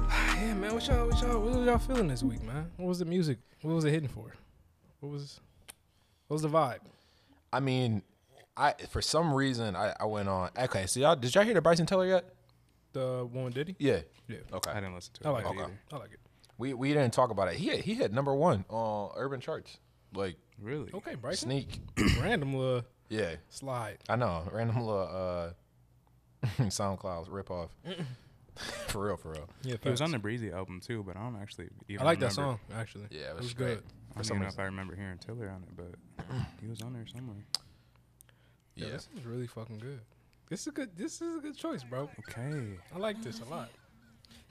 man, what y'all, what y'all, what was y'all feeling this week, man? What was the music? What was it hitting for? What was, what was the vibe? I mean, I for some reason I, I went on. Okay, so y'all did y'all hear the Bryson Tiller yet? The one with Diddy? Yeah. Yeah. Okay. I didn't listen to it. I like but it. I like it. We we didn't talk about it. He had, he had number one on urban charts. Like Really? Okay, Bryson. sneak. Random little Yeah. slide. I know. Random little uh, SoundCloud rip off. for real, for real. Yeah, He was on the Breezy album too, but I don't actually even I like that remember. song actually. Yeah, it it was, was great. good. I don't even know if I remember hearing Tiller on it, but he was on there somewhere. Yeah, Yeah. this is really fucking good. This is a good. This is a good choice, bro. Okay. I like this a lot.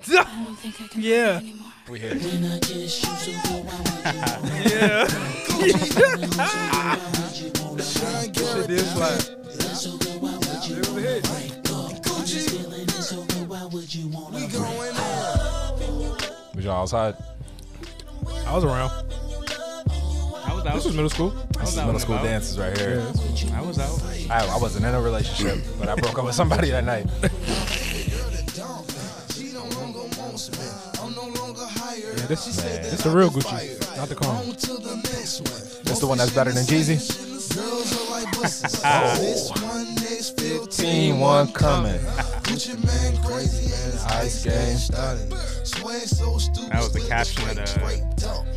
I don't think I can Yeah. breathe anymore. We here. Shit is like. It was a hit. Was y'all outside? I was around. I was out. This was middle school. I was out Middle and school about. dances right here. I was out. I, I wasn't in a relationship, but I broke up with somebody that night. Yeah, this is It's the real Gucci, not the clone. That's the one that's better than Jeezy. Ah. oh. 15, one coming. Ice game. That was the caption of the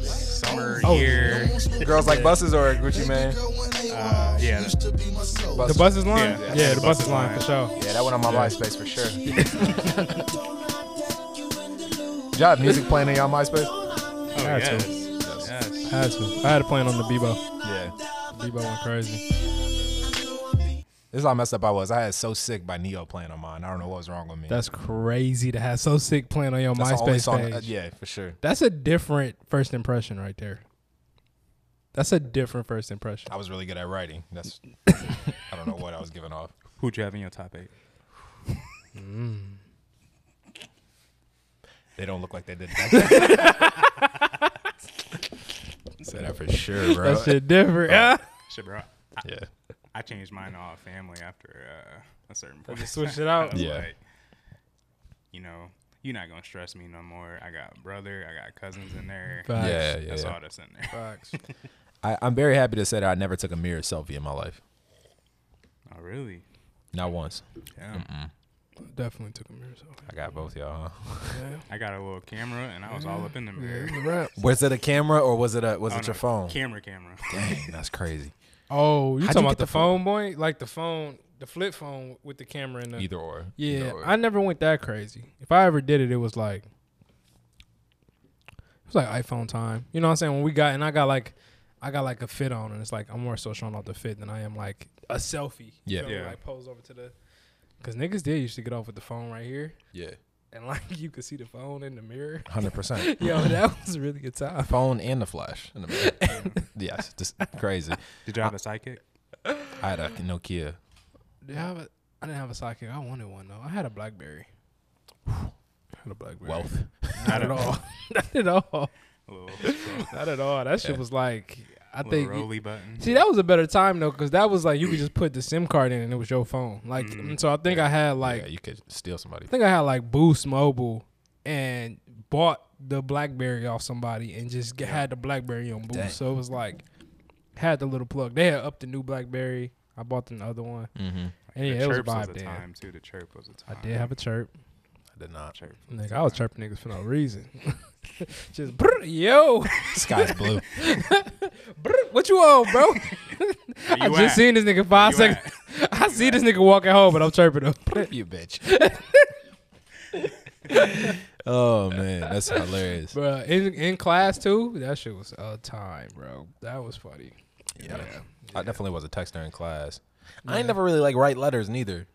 summer Oh. year. Girls like buses or Gucci man? Uh, yeah. that- The bus is line. Yeah. Yeah, the bus is line for sure. Yeah, that went on my MySpace for sure. Y'all have music playing in y'all MySpace? Oh, Had to. yes. Yes. I had to. I had to plan on the Bebo. Yeah. Bebo went crazy. This is how messed up I was. I had So Sick by Neo playing on mine. I don't know what was wrong with me. That's crazy to have so sick playing on your That's the only MySpace song- page. uh, yeah, for sure. That's a different first impression right there. That's a different first impression. I was really good at writing. That's I don't know what I was giving off. Who'd you have in your top eight? They don't look like they did back then. Said that for sure, bro. That shit different. uh, Shit, bro. Yeah. I changed mine to all family after uh, a certain point. Just switch it out. I was Yeah. like, you know, you're not gonna stress me no more. I got a brother, I got cousins in there. Facts. Yeah, yeah. That's yeah. all that's in there. Facts. I, I'm very happy to say that I never took a mirror selfie in my life. Oh, really? Not once. Yeah. Definitely took a mirror selfie. I got both y'all. Huh? I got a little camera, and I was all up in the mirror. The rap. Was it a camera or was it a was Oh, it no, your phone? Camera, camera. Dang, that's crazy. Oh, you talking How'd you get about the the phone, boy? Like the phone, the flip phone with the camera in the. Either or. yeah, Either or. I never went that crazy. If I ever did it, it was like it was like iPhone time. You know what I'm saying? When we got and I got like I got like a fit on, and it's like I'm more so showing off the fit than I am like a selfie. you Yeah. feel me? Yeah. Like pose over to the because niggas did used to get off with the phone right here, yeah. and like you could see the phone in the mirror. Hundred percent. Yo, that was a really good time. Phone and the flash in the mirror. yes, just crazy. Did you have a sidekick? I had a Nokia. Did I, have a, I didn't have a sidekick. I wanted one though. I had a BlackBerry. I had a BlackBerry. Wealth. Not at all. Not at all. A little, Not at all. That shit was like I little think. roly button. see, that was a better time though, because that was like you could just put the SIM card in and it was your phone. Like, and so I think I had like yeah, you could steal somebody. I think I had like Boost Mobile and bought the BlackBerry off somebody and just g had the BlackBerry on Boost. Dang. So it was like had the little plug. They had up the new BlackBerry. I bought the other one. Mm-hmm. And yeah, the it was a chirps vibe a then. time too. The chirp was a I time. did have a chirp. I did not. chirp. Nigga, I was chirping niggas for no reason. Just brr, yo, Sky's blue. brr, what you on, bro? Where I you just at? seen this nigga five Where you seconds. I see this nigga walking home, but I'm chirping him. you bitch. oh man, that's hilarious. Bro, in, in class too, that shit was a time, bro. That was funny. Yeah. I definitely was a texter in class. I ain't never really like write letters neither.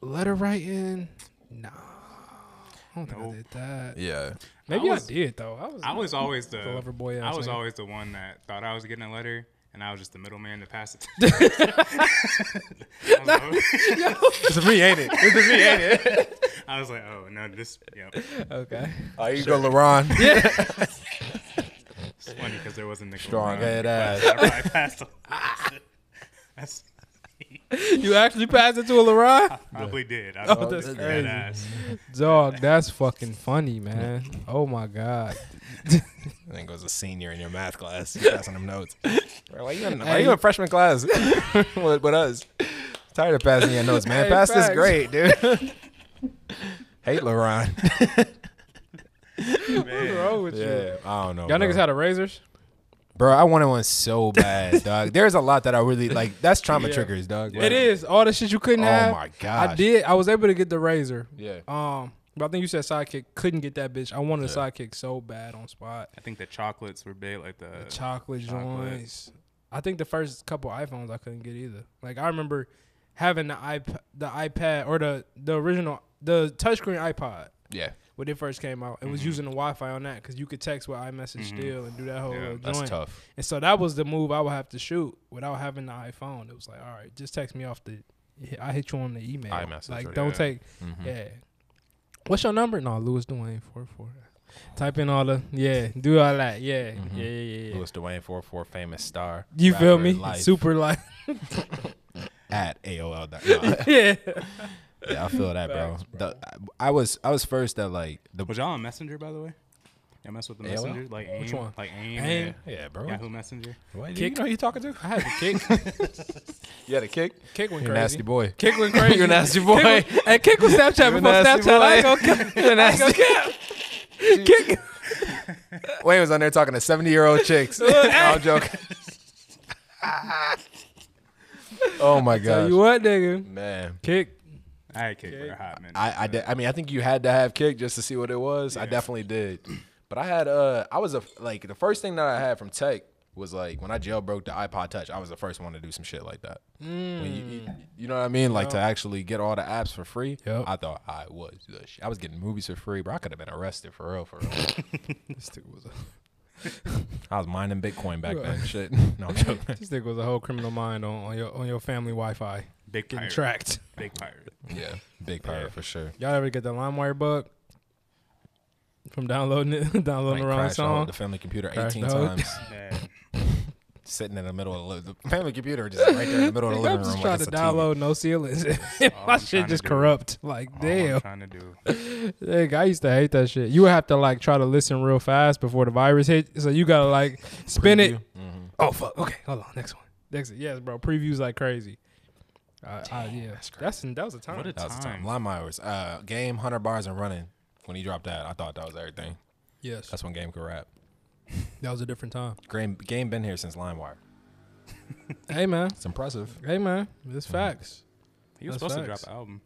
Letter writing, nah. I don't think Nope. I did that. Yeah. Maybe I, was- did though. I was. I was always the, lover boy I ass was nigga. always the one that thought I was getting a letter, and I was just the middleman to pass it. I, was like, "Oh, It's me, ain't it? It's me, ain't it? I was like, oh no, this. Yep. okay. Oh, you go, LaRon. It's funny because there wasn't Nickel. Strong around. head I ass. probably passed a- That's. you actually passed it to a Lerai? Probably did. I Oh, don't that's think crazy. that ass. Dog, that's fucking funny, man. Oh my god. I think it was a senior in your math class. You passing them notes. Bro, why you in, why you in freshman class with, with us? Tired of passing your notes, man. Hey, Pass this facts. grade, dude. Hate LaRon. What's wrong with you? yeah, I don't know. Y'all bro. niggas had a razors? Bro, I wanted one so bad, dog. There's a lot that I really like. That's trauma Yeah. triggers, dog. It is. All the shit you couldn't Oh have. my gosh. I did. I was able to get the razor. Yeah. Um, but I think you said sidekick. Couldn't get that bitch. I wanted a sidekick so bad on spot. I think the chocolates were big, like the. chocolate chocolate. joints. I think the first couple iPhones I couldn't get either. Like I remember having the iP- the iPad or the the original the touchscreen iPod Yeah. when it first came out. It Mm-hmm. was using the Wi-Fi on that because you could text with iMessage still and do that whole Yeah, little That's joint. tough. And so that was the move I would have to shoot without having the iPhone. It was like, all right, just text me off the. I hit you on the email. iMessage, Mm-hmm. Like, right, don't yeah. take. Yeah. What's your number? No, Louis Dwayne four four. Type in all the yeah. Do all that yeah yeah yeah yeah. yeah. Mm-hmm. Louis Dwayne, 44 famous star. You feel rapper, me? life Super like At AOL. dot- Nah, yeah. yeah, I feel that, bro. The- I was I was first at like the Was y'all on Messenger, by the way? Y'all mess with the AOL? Messenger? Like AIM? Which one? Like AIM? AIM? yeah, bro. Yeah. Yahoo Messenger? Why do you Kick. know who you talking to? I had to kick. You had a kick. Kick went You crazy. nasty boy. Kick went crazy. You a nasty boy. Kick went, and kick was Snapchat You a before Snapchat. nasty I ain't boy. gonna cap. I You a ain't gonna nasty. cap. Kick. Wayne was on there talking to seventy year old chicks. No, I'm joking. oh my Tell you god, what, nigga. man. Kick. I had kicked with a hot minute. I I, did, I mean I think you had to have kick just to see what it was. I definitely did. But I had uh I was a like the first thing that I had from Tech was like when I jailbroke the iPod Touch. I was the first one to do some shit like that. When you, you, you know what I mean? Like to actually get all the apps for free. Mm. Yep. I thought I was the shit. I was getting movies for free, bro. I could have been arrested for real, for real. This nigga was a I was mining Bitcoin back Right. then. Shit. No, I'm joking. this nigga was a whole criminal mind on, on your on your family Wi-Fi Big getting pirate. tracked. Big pirate. yeah. Big pirate for sure. Y'all ever get the LimeWire bug from downloading it, downloading Like, the wrong crashed the, whole- song? the family computer Crashed 18 the whole- times. Yeah. Sitting in the middle of the, li- the family computer, just right there in the middle of Nigga, the I'm living room. just like trying it's to a TV. download no ceilings. all My I'm shit trying to just do. corrupt. Like All damn. I'm trying to do. Nigga, I used to hate that shit. You would have to like try to listen real fast before the virus hit. So you gotta like spin it. Mm-hmm. Oh fuck. Okay, hold on. Next one. Next. Yes, bro. Previews like crazy. I, I, yeah, that's, that was a time. What a That was the time. time. Lime hours. Uh, game, 100 bars, and running. When he dropped that, I thought that was everything. yes, That's when game could rap. that was a different time. Game, game been here since LimeWire. hey man, It's impressive. hey man, this facts. He was That's supposed to drop facts. an album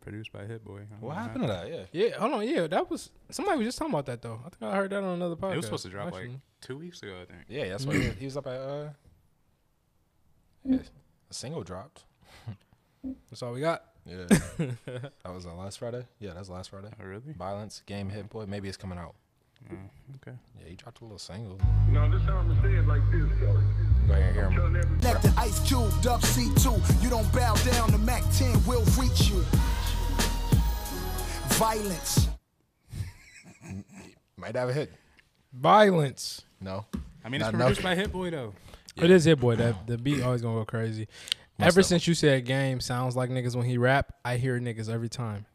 produced by Hit Boy. I don't know What happened to that? Yeah. Yeah, hold on. Yeah, that was somebody was just talking about that though. I think I heard that on another podcast. It was supposed to drop like actually. two weeks ago, I think. Yeah, that's why he, he was up at. Uh, yeah, a single dropped. That's all we got. Yeah. that was on last Friday? Yeah, that was last Friday. Oh, really? Violence, Game Hit Boy. Maybe it's coming out. Okay. Yeah, he dropped a little single. No, this how I'ma say it like this, though. Go ahead and hear him. Telling every- Left the ice cube, dub C2. You don't bow down, the MAC 10 will reach you. Violence. Might have a hit. Violence. No. I mean, it's Not produced nothing. by Hit Boy though. It is hit boy. That the beat always gonna go crazy. Ever have. since you said game sounds like niggas when he rap, I hear niggas every time.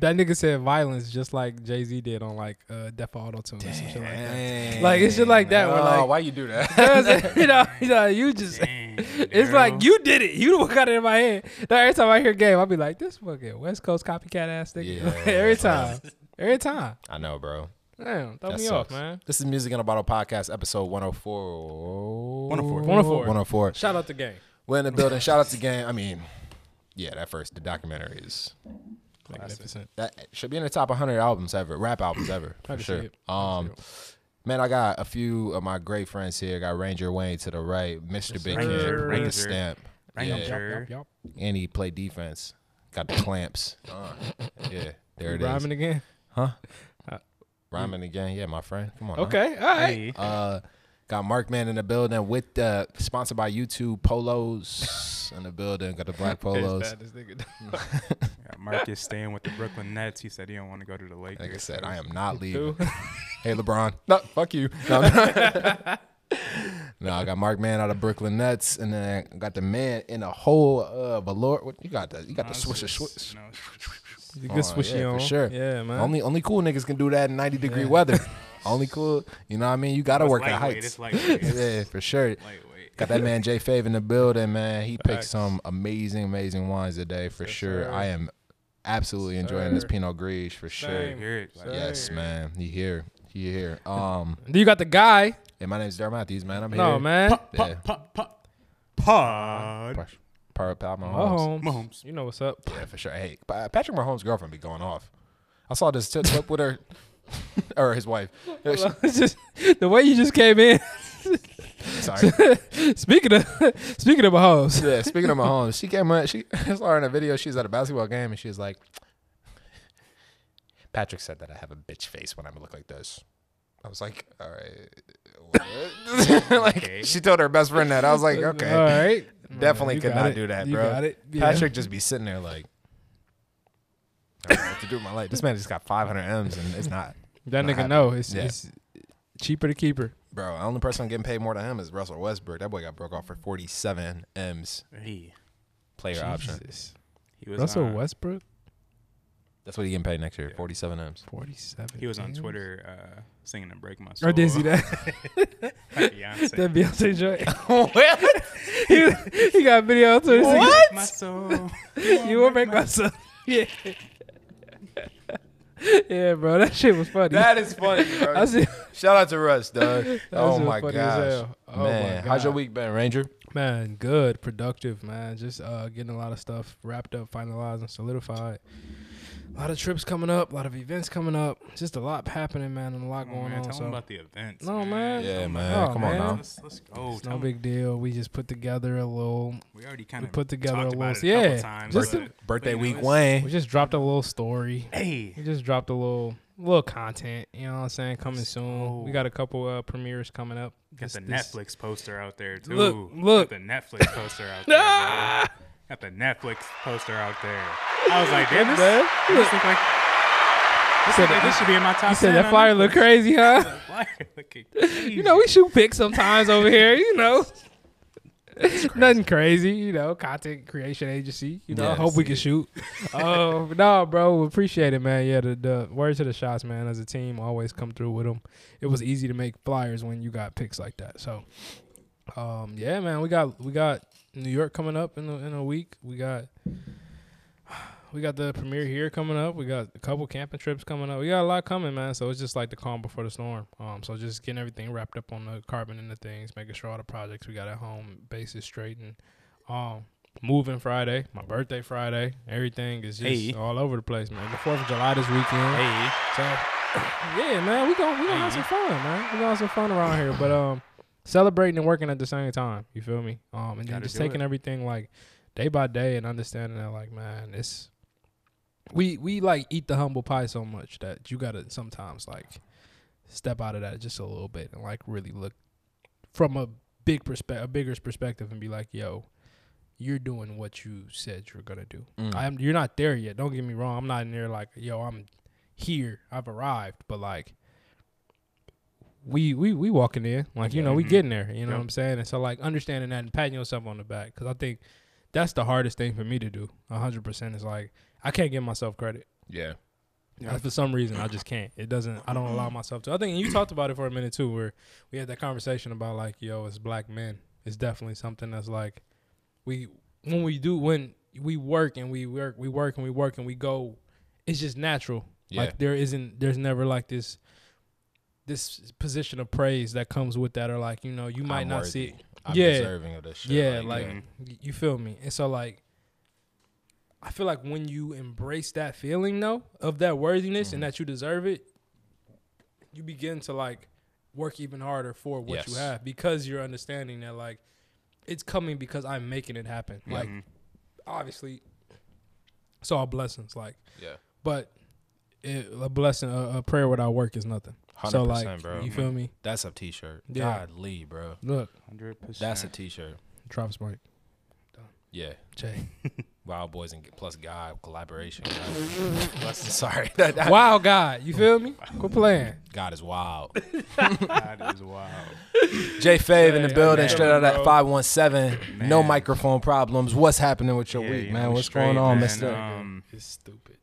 That nigga said violence just like Jay Z did on like uh Death Auto Tune or some shit like that. Like, it's shit like that where, Oh, like- why you do that? 'Cause, you know, you know, you just it's like you did it. You the one got it in my head. Now, every time I hear game, I'll be like, this fucking West Coast copycat ass nigga. Yeah. every time. Every time. I know, bro. Damn, throw That me sucks. off, man. This is Music in a Bottle podcast, episode 104. 104. 104. 104. Shout out to game. We're in the building. Shout out to Game. I mean, yeah, that first, the documentary is. Magnificent. That should be in the top 100 albums ever, rap albums ever, for can see sure. it. Um, Man, I got a few of my great friends here. Got Ranger Wayne to the right, Mr. Big Kid, sir. Ranger Ranger. Stamp, Ranger. yeah. Yup, yup, yup. and he played defense. Got the clamps. Uh, yeah, there it is. Rhyming again. Rhyming again. Yeah, my friend. Come on. now. Okay, all right. Hey. Uh, got Mark Man in the building with the sponsored by YouTube polos in the building. Got the black polos. Yeah, Marcus staying with the Brooklyn Nets. He said he don't want to go to the Lakers. Like I said, I am not leaving. Who? Hey LeBron. No, fuck you. No, no. No, I got Mark Mann out of Brooklyn Nets, and then I got the man in a whole uh Valor. What you got? The, you got the swisher swish. No, You Oh, Good swishy yeah, on. for sure. Yeah, man. Only only cool niggas can do that in ninety degree weather. only cool, you know what I mean? You gotta it's work at lightweight. heights. It's lightweight. It's Yeah, for sure. lightweight. Got that man Jay Fave in the building, man. He picked Facts. some amazing, amazing wines today for sure. sir. I am absolutely enjoying this Sir. Pinot Gris for sure. Same. Hear it. Sir. Yes, man. He here. He here. Um, Then you got the guy. and my name's Darren Matthews, man. I'm No, here. man. Yeah. Pop, pop, pod. Pressure. Power Pat Mahomes. Mahomes. Mahomes. You know what's up. Yeah, for sure. Hey, Pa- Patrick Mahomes' girlfriend be going off. I saw this tip clip with her or his wife. Yeah, she- It's just the way you just came in. sorry. speaking of speaking of Mahomes. Yeah, speaking of Mahomes, she came up. She I saw her in a video. She was at a basketball game and she was like, "Patrick said that I have a bitch face when I look like this." I was like, "All right." what?" like Okay. she told her best friend that. I was like, "Okay, All right. definitely You could got not it. do that, You bro." got it. Yeah. Patrick just be sitting there like, "I don't know what to do with my life." This man just got 500 M's and it's not, That not nigga happening. know it's, Yeah. it's cheaper to keep her. bro. The only person getting paid more than him is Russell Westbrook. That boy got broke off for 47 M's He, player option. Jesus. he was Russell on, Westbrook, That's what he getting paid next year. 47 M's. forty-seven. He was on Damn. Twitter uh, singing and break my soul. Or Oh, did he see that Like Beyonce. that Beyonce joint? Well, he, he got video on Twitter. singing, Break My soul. You won't break my soul. Yeah. yeah, bro, that shit was funny. That is funny, bro. I see. Shout out to Russ, dog. Oh shit my funny gosh. as hell. Oh my man, how's your God. week been, Ranger? Man, good, productive, man. Just uh, getting a lot of stuff wrapped up, finalized, and solidified. A lot of trips coming up, a lot of events coming up. Just a lot happening, man, and a lot Oh, Come on, going man. on. Tell so. him about the events. No, man. Yeah, Come man. Oh, Come man. on now. Let's, let's go. it's Tell no 'em. big deal. We just put together a little. We already kind of put together talked a about list. it couple Yeah, times, just but- Birthday but, you know, week, it's- We Wayne. just dropped a little story. Hey, We just dropped a little little content. You know what I'm saying? Coming soon. We go. got a couple uh, premieres coming up. Oh. got This- the this- Netflix poster out there too. Look, Got look. the Netflix poster out there. bro. Got the Netflix poster out there. I was like, damn, this, Man, this look like this, Said look like that- this should be in my top. You said 10 that on flyer Netflix. look crazy, huh? The flyer looking You know, we shoot pics sometimes over here. You know, nothing crazy. You know, content creation agency. You know, I Yeah, hope we see. can shoot. Oh no, bro, appreciate it, man. Yeah, the, the words to the shots, man. As a team, always come through with them. It was easy to make flyers when you got picks like that. So, um, yeah, man, we got we got New York coming up in a, in a week. We got. We got the premiere here coming up. We got a couple camping trips coming up. We got a lot coming, man. So it's just like the calm before the storm. Um, so just getting everything wrapped up on the carbon and the things, making sure all the projects we got at home base is straight and um moving Friday, my birthday Friday. Everything is just Hey. all over the place, man. The Fourth of July this weekend. Hey, So yeah, man, we gonna we gonna have some fun, man. We gonna have some fun around here, but um, celebrating and working at the same time. You feel me? Um, and then Gotta just do taking it. everything like day by day and understanding that like, man, it's we we like eat the humble pie so much that you gotta sometimes like step out of that just a little bit and like really look from a big perspective, a bigger perspective, and be like, yo. You're doing what you said you're gonna do. Mm. I am. You're not there yet. Don't get me wrong. I'm not in there like, yo, I'm here. I've arrived, but like we we we walking in, like you know, we getting there. You know what I'm saying? And so like understanding that and patting yourself on the back because I think that's the hardest thing for me to do. hundred percent is like I can't give myself credit. Yeah. Uh, For some reason, I just can't. It doesn't. I don't allow myself to. I think and you talked about it for a minute too, where we had that conversation about like, yo, it's black men. It's definitely something that's like, we when we do when we work and we work we work and we work and we go, it's just natural. Yeah. Like there isn't. There's never like this. This position of praise that comes with that, or like you know, you might I'm not worthy. see it. I'm Yeah. deserving of this shit. Yeah, like yeah. y- you feel me. And so like I feel like when you embrace that feeling though of that worthiness Mm-hmm. and that you deserve it, you begin to like work even harder for what you Yes. have because you're understanding that like it's coming because I'm making it happen. Like obviously it's all blessings like Yeah. but it, a blessing a, a prayer without work is nothing. So 100%, like bro. Mm-hmm. you feel me? That's a t shirt. Yeah. Godly, bro. Look, hundred percent. That's a t shirt. Travis Mike. Yeah. Jay. Wild Boys and plus God collaboration. God. Bless- Sorry. That- that- Wow, God, you feel me? Quit playing. God is wild. That is wild. J Fave in the Hey, building, man, straight out at bro. 517. No Man. microphone problems. What's happening with your Yeah, week, you man? know, What's straight, going on, man. mister? Um, It's stupid.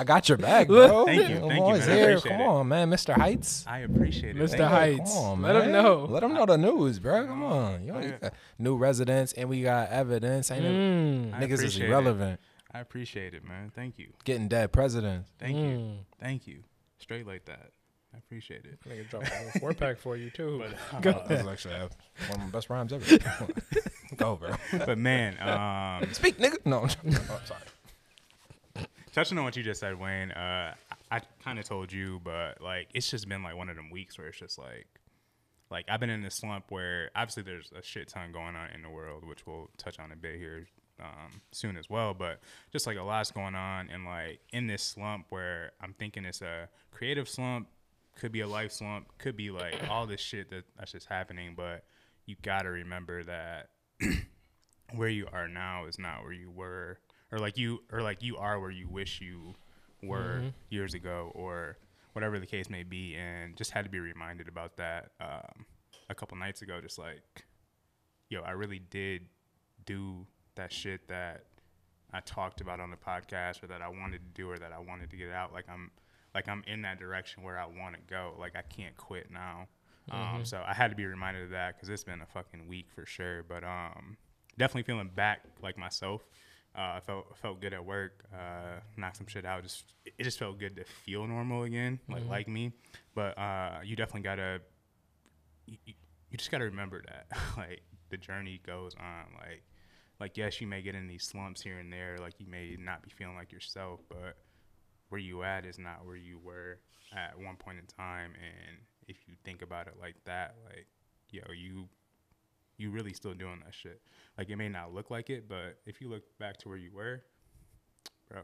I got your back, bro. Thank you, I'm thank you, always man. I here. appreciate Come it. on, man. Mr. Heights. I appreciate it. Mr. Thank you. Heights. Come on, Let man. 'em know. Oh, Let them know the news, bro. Come on. You know, you got new residents, and we got evidence. Ain't Mm. it? I Niggas is appreciate it. irrelevant. I appreciate it, man. Thank you. Getting dead presidents. Thank you. Mm. Thank you. Straight like that. I appreciate it. Nigga drop a whole four pack for you too. Go That was Uh-uh, actually one of my best rhymes ever. Go, bro. But man, um, Speak, nigga. No, I'm oh, I'm sorry. touching on what you just said, Wayne, uh, I, I kind of told you, but like it's just been like one of them weeks where it's just like, like I've been in this slump where obviously there's a shit ton going on in the world, which we'll touch on a bit here um, soon as well. But just like a lot's going on, and like in this slump where I'm thinking it's a creative slump, could be a life slump, could be like all this shit that that's just happening. But you gotta remember that where you are now is not where you were or like you or like you are where you wish you were years ago or whatever the case may be and just had to be reminded about that um, a couple nights ago just like yo i really did do that shit that i talked about on the podcast or that i wanted to do or that i wanted to get out like i'm like i'm in that direction where i want to go like i can't quit now um, so i had to be reminded of that because it's been a fucking week for sure but um definitely feeling back like myself. Uh, I felt felt good at work. Uh, knocked some shit out. Just it just felt good to feel normal again, like like me. But uh, you definitely gotta you, you- you just gotta remember that like the journey goes on. Like like yes, you may get in these slumps here and there. Like you may not be feeling like yourself, but where you at is not where you were at one point in time. And if you think about it like that, like yo, you you really still doing that shit. Like it may not look like it, but if you look back to where you were, bro,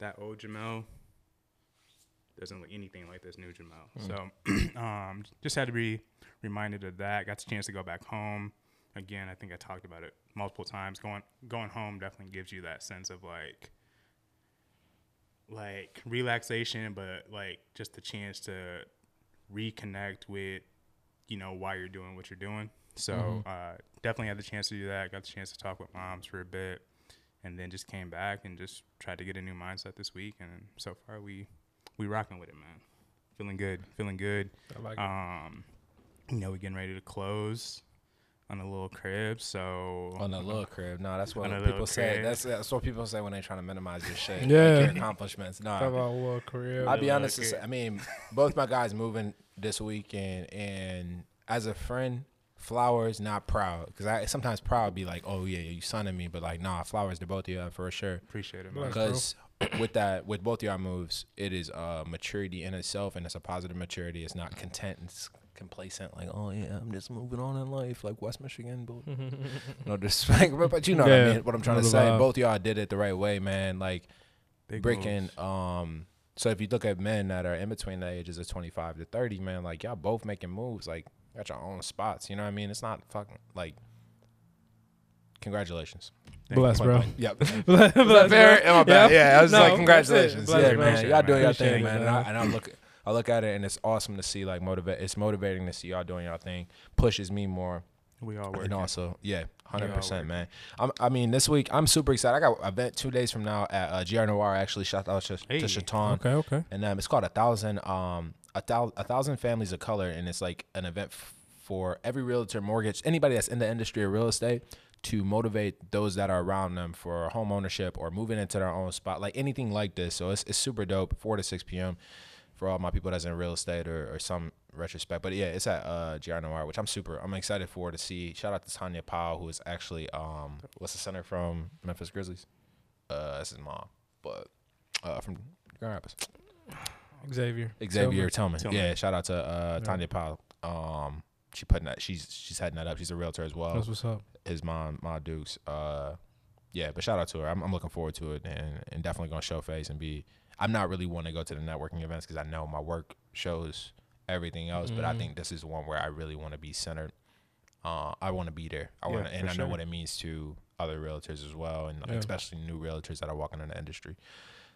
that old Jamel doesn't look anything like this new Jamel. So um, just had to be reminded of that. Got the chance to go back home. Again, I think I talked about it multiple times. Going going home definitely gives you that sense of like like relaxation, but like just the chance to reconnect with you know why you're doing what you're doing. So uh, definitely had the chance to do that. Got the chance to talk with moms for a bit, and then just came back and just tried to get a new mindset this week. And so far we we rocking with it, man. Feeling good, feeling good. I like it. Um, you know we're getting ready to close on a little crib, so On a little crib. No, that's what On a people little say. crib. That's, that's what people say when they're trying to minimize your shit. Yeah. Like your accomplishments. Nah. Talk about what career. I'll be Yeah, honest. like it's- it. I mean, both my guys moving this weekend, and as a friend, flowers not proud because I sometimes proud be like, oh yeah, you signing me, but like nah, flowers to both of you for sure. appreciate it, man. Bless. Because with that, with both of y'all moves, it is uh, maturity in itself, and it's a positive maturity. It's not content. It's complacent. Like oh yeah, I'm just moving on in life, like West Michigan. But no disrespect, but, but you know what Yeah. I mean. What I'm trying to Know the say, vibe. both of y'all did it the right way, man. Like Big breaking um so if you look at men that are in between the ages of 25 to 30 man like y'all both making moves like got your own spots you know what i mean it's not fucking like congratulations Bless, Point bro. blank. yep Bless, bless, fair? bro. Am I bad? Yeah, I was just No, like, congratulations. that's it. Yeah, Bless, man, bro. y'all doing y'all Appreciate thing, it, man. And I, and I look, I look at it, and it's awesome to see like motivate. It's motivating to see y'all doing y'all thing. Pushes me more. We all work. And also, yeah, hundred Yeah, percent, working. man. I'm, I mean, this week I'm super excited. I got an event two days from now at uh, GR Noir. Actually, shout out to, Hey. to Chaton. Okay, okay. And um, it's called a thousand um a, thou- a thousand families of color, and it's like an event f- for every realtor, mortgage, anybody that's in the industry of real estate to motivate those that are around them for home ownership or moving into their own spot, like anything like this. So it's, it's super dope. Four to six p.m. for all my people that's in real estate or, or some retrospect. But yeah, it's at uh, GR Noir, which I'm super I'm excited for to see. Shout out to Tanya Powell, who is actually um what's the center from Memphis Grizzlies? Uh, that's his mom, but uh from Grand Rapids. Xavier. Xavier Tillman. Tillman. Yeah, shout out to uh, Tanya Powell. Um, she putting that. She's she's heading that up. She's a realtor as well. That's what's up. His mom, Ma Dukes. Uh, yeah, but shout out to her. I'm, I'm looking forward to it and, and definitely gonna show face and be. I'm not really one to go to the networking events because I know Mm-hmm. my work shows everything else, but I think this is one where I really want to be centered uh, I want to be there. I Yeah, want to, and for I know sure. what it means to other realtors as well, and Yeah. especially new realtors that are walking in the industry.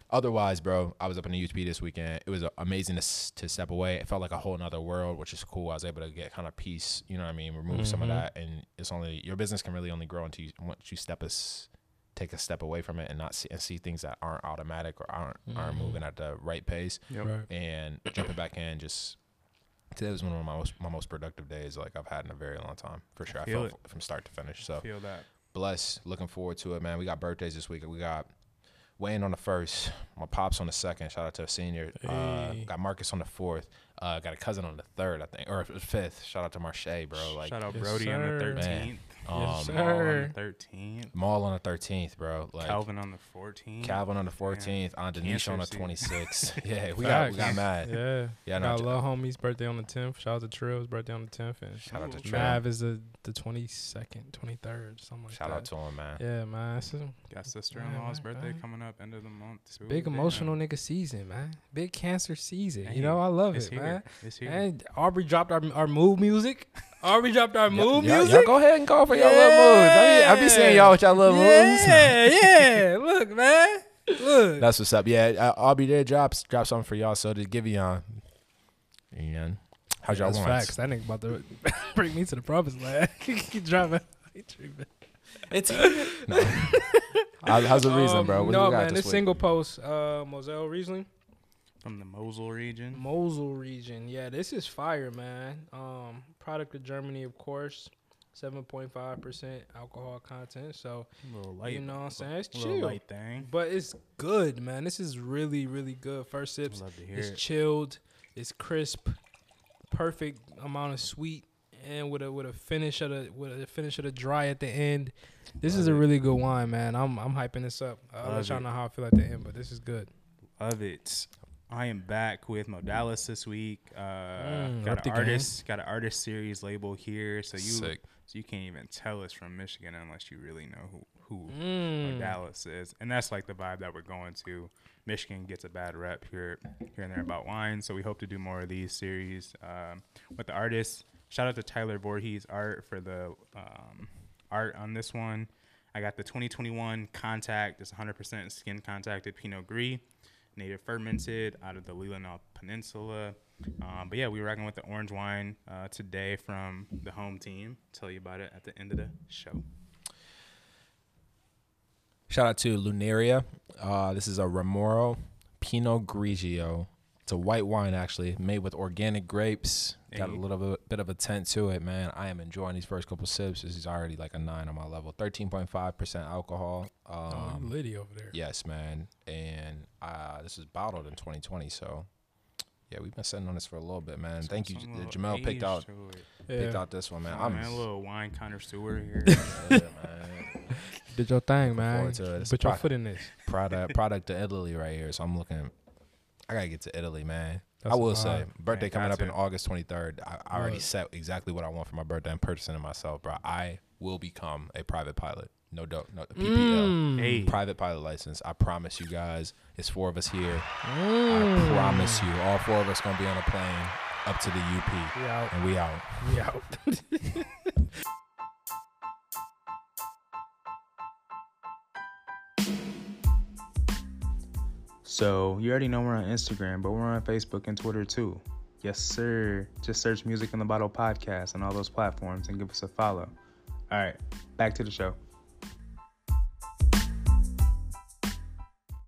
Otherwise, bro, I was up in the UTP this weekend. It was uh, amazing to, s- to step away. It felt like a whole nother world, which is cool. I was able to get kind of peace, you know what I mean? Remove some of that, and it's only your business can really only grow until you, once you step us take a step away from it and not see and see things that aren't automatic or aren't aren't moving at the right pace Right. and jumping back in just today was one of my most my most productive days like I've had in a very long time for sure. I, feel felt from start to finish. So Feel that. blessed, looking forward to it, man. We got birthdays this week. We got Wayne on the first, my pops on the second. Shout out to a senior. Uh, Hey. got Marcus on the fourth. Uh, got a cousin on the third, I think, or fifth. Shout out to Marche, bro. Like Shout out Yes, Brody on the sir. Man. thirteenth. um, Yes, Maul on sir. the thirteenth. Maul on the thirteenth, bro. Like Calvin on the fourteenth. Calvin on the fourteenth. Aunt Denise Cancer on the season. twenty sixth. yeah, we got we Facts. got mad. Yeah. Yeah, no, Got j- Lil Homie's birthday on the 10th. Shout out to Trill's birthday on the 10th. And Shout out to Trey. Mav is the, the 22nd, 23rd, something like Shout that. out to him, man. Yeah, man. It's a Got sister in law's Alright, birthday alright. coming up end of the month. too. big Damn. emotional nigga season, man. Big cancer season. Hey, you know, I love it's it, here. man. It's here. And Aubrey dropped our, our move music. Aubrey dropped our move y'all, music. go ahead and call for y'all little moves. I be, I be seeing y'all with y'all little moves. yeah, yeah. Look, man. Look. That's what's up. Yeah, I- I'll be there. Drops, drop something for y'all. So to give you on. And how's y'all That's want? facts. That nigga about to bring me to the promised land. Keep dropping. It's how's the reason, bro? What do um, no, we got man. Um, this This week? single post, uh, Moselle Riesling. From the Mosul region. Mosul region. Yeah, this is fire, man. Um, product of Germany, of course. 7.5% alcohol content. So, little light. you know what I'm saying? It's little chill. light thing. But it's good, man. This is really, really good. First sips. Love to hear It's it. chilled. It's crisp. Perfect amount of sweet. And with a with a finish of the with a finish of the dry at the end, this is a really good wine, man. I'm I'm hyping this up. I'll Love let y'all it. know how I feel at the end, but this is good. Love it. I am back with Modalis this week. Uh, up got Mm, the an game. artist, got an artist series label here, so you Sick. so you can't even tell us from Michigan unless you really know who who Mm. Modalis is, and that's like the vibe that we're going to. Michigan gets a bad rep here here and there about wine, so we hope to do more of these series um, with the artists. Shout out to Tyler Voorhees Art for the um, art on this one. I got the 2021 contact. It's 100% skin contacted Pinot Gris native fermented out of the Leelanau Peninsula. Um, but yeah, we were rocking with the orange wine uh, today from the home team. Tell you about it at the end of the show. Shout out to Lunaria. Uh, this is a Ramoro Pinot Grigio. It's a white wine, actually, made with organic grapes. Got a Hey. little bit, bit of a tint to it, man. I am enjoying these first couple sips. This is already like a nine on my level. 13.5% alcohol. Oh, Um, you Liddy over there. Yes, man. And uh, this is bottled in 2020. So, yeah, we've been sitting on this for a little bit, man. Thank you. Some J- little Jamel picked age out to it. picked Yeah. out this one, man. Oh, I'm man, a little wine connoisseur here. yeah, man. Did your thing, man. forward to it. It's Put your pro- foot in this. product product to Italy right here. So I'm looking. I gotta get to Italy, man. That's I will a say, birthday Man, coming up in gotcha. August 23rd. I, I already Look. set exactly what I want for my birthday. I'm purchasing it myself, bro. I will become a private pilot. No dope. No Mm. PPL. Hey. Private pilot license. I promise you guys. It's four of us here. Hmm. Mm. I promise you, all four of us gonna be on a plane up to the UP, We out. and we out. We out. So you already know we're on Instagram, but we're on Facebook and Twitter too. Yes, sir. Just search Music in the Bottle podcast on all those platforms and give us a follow. All right, back to the show.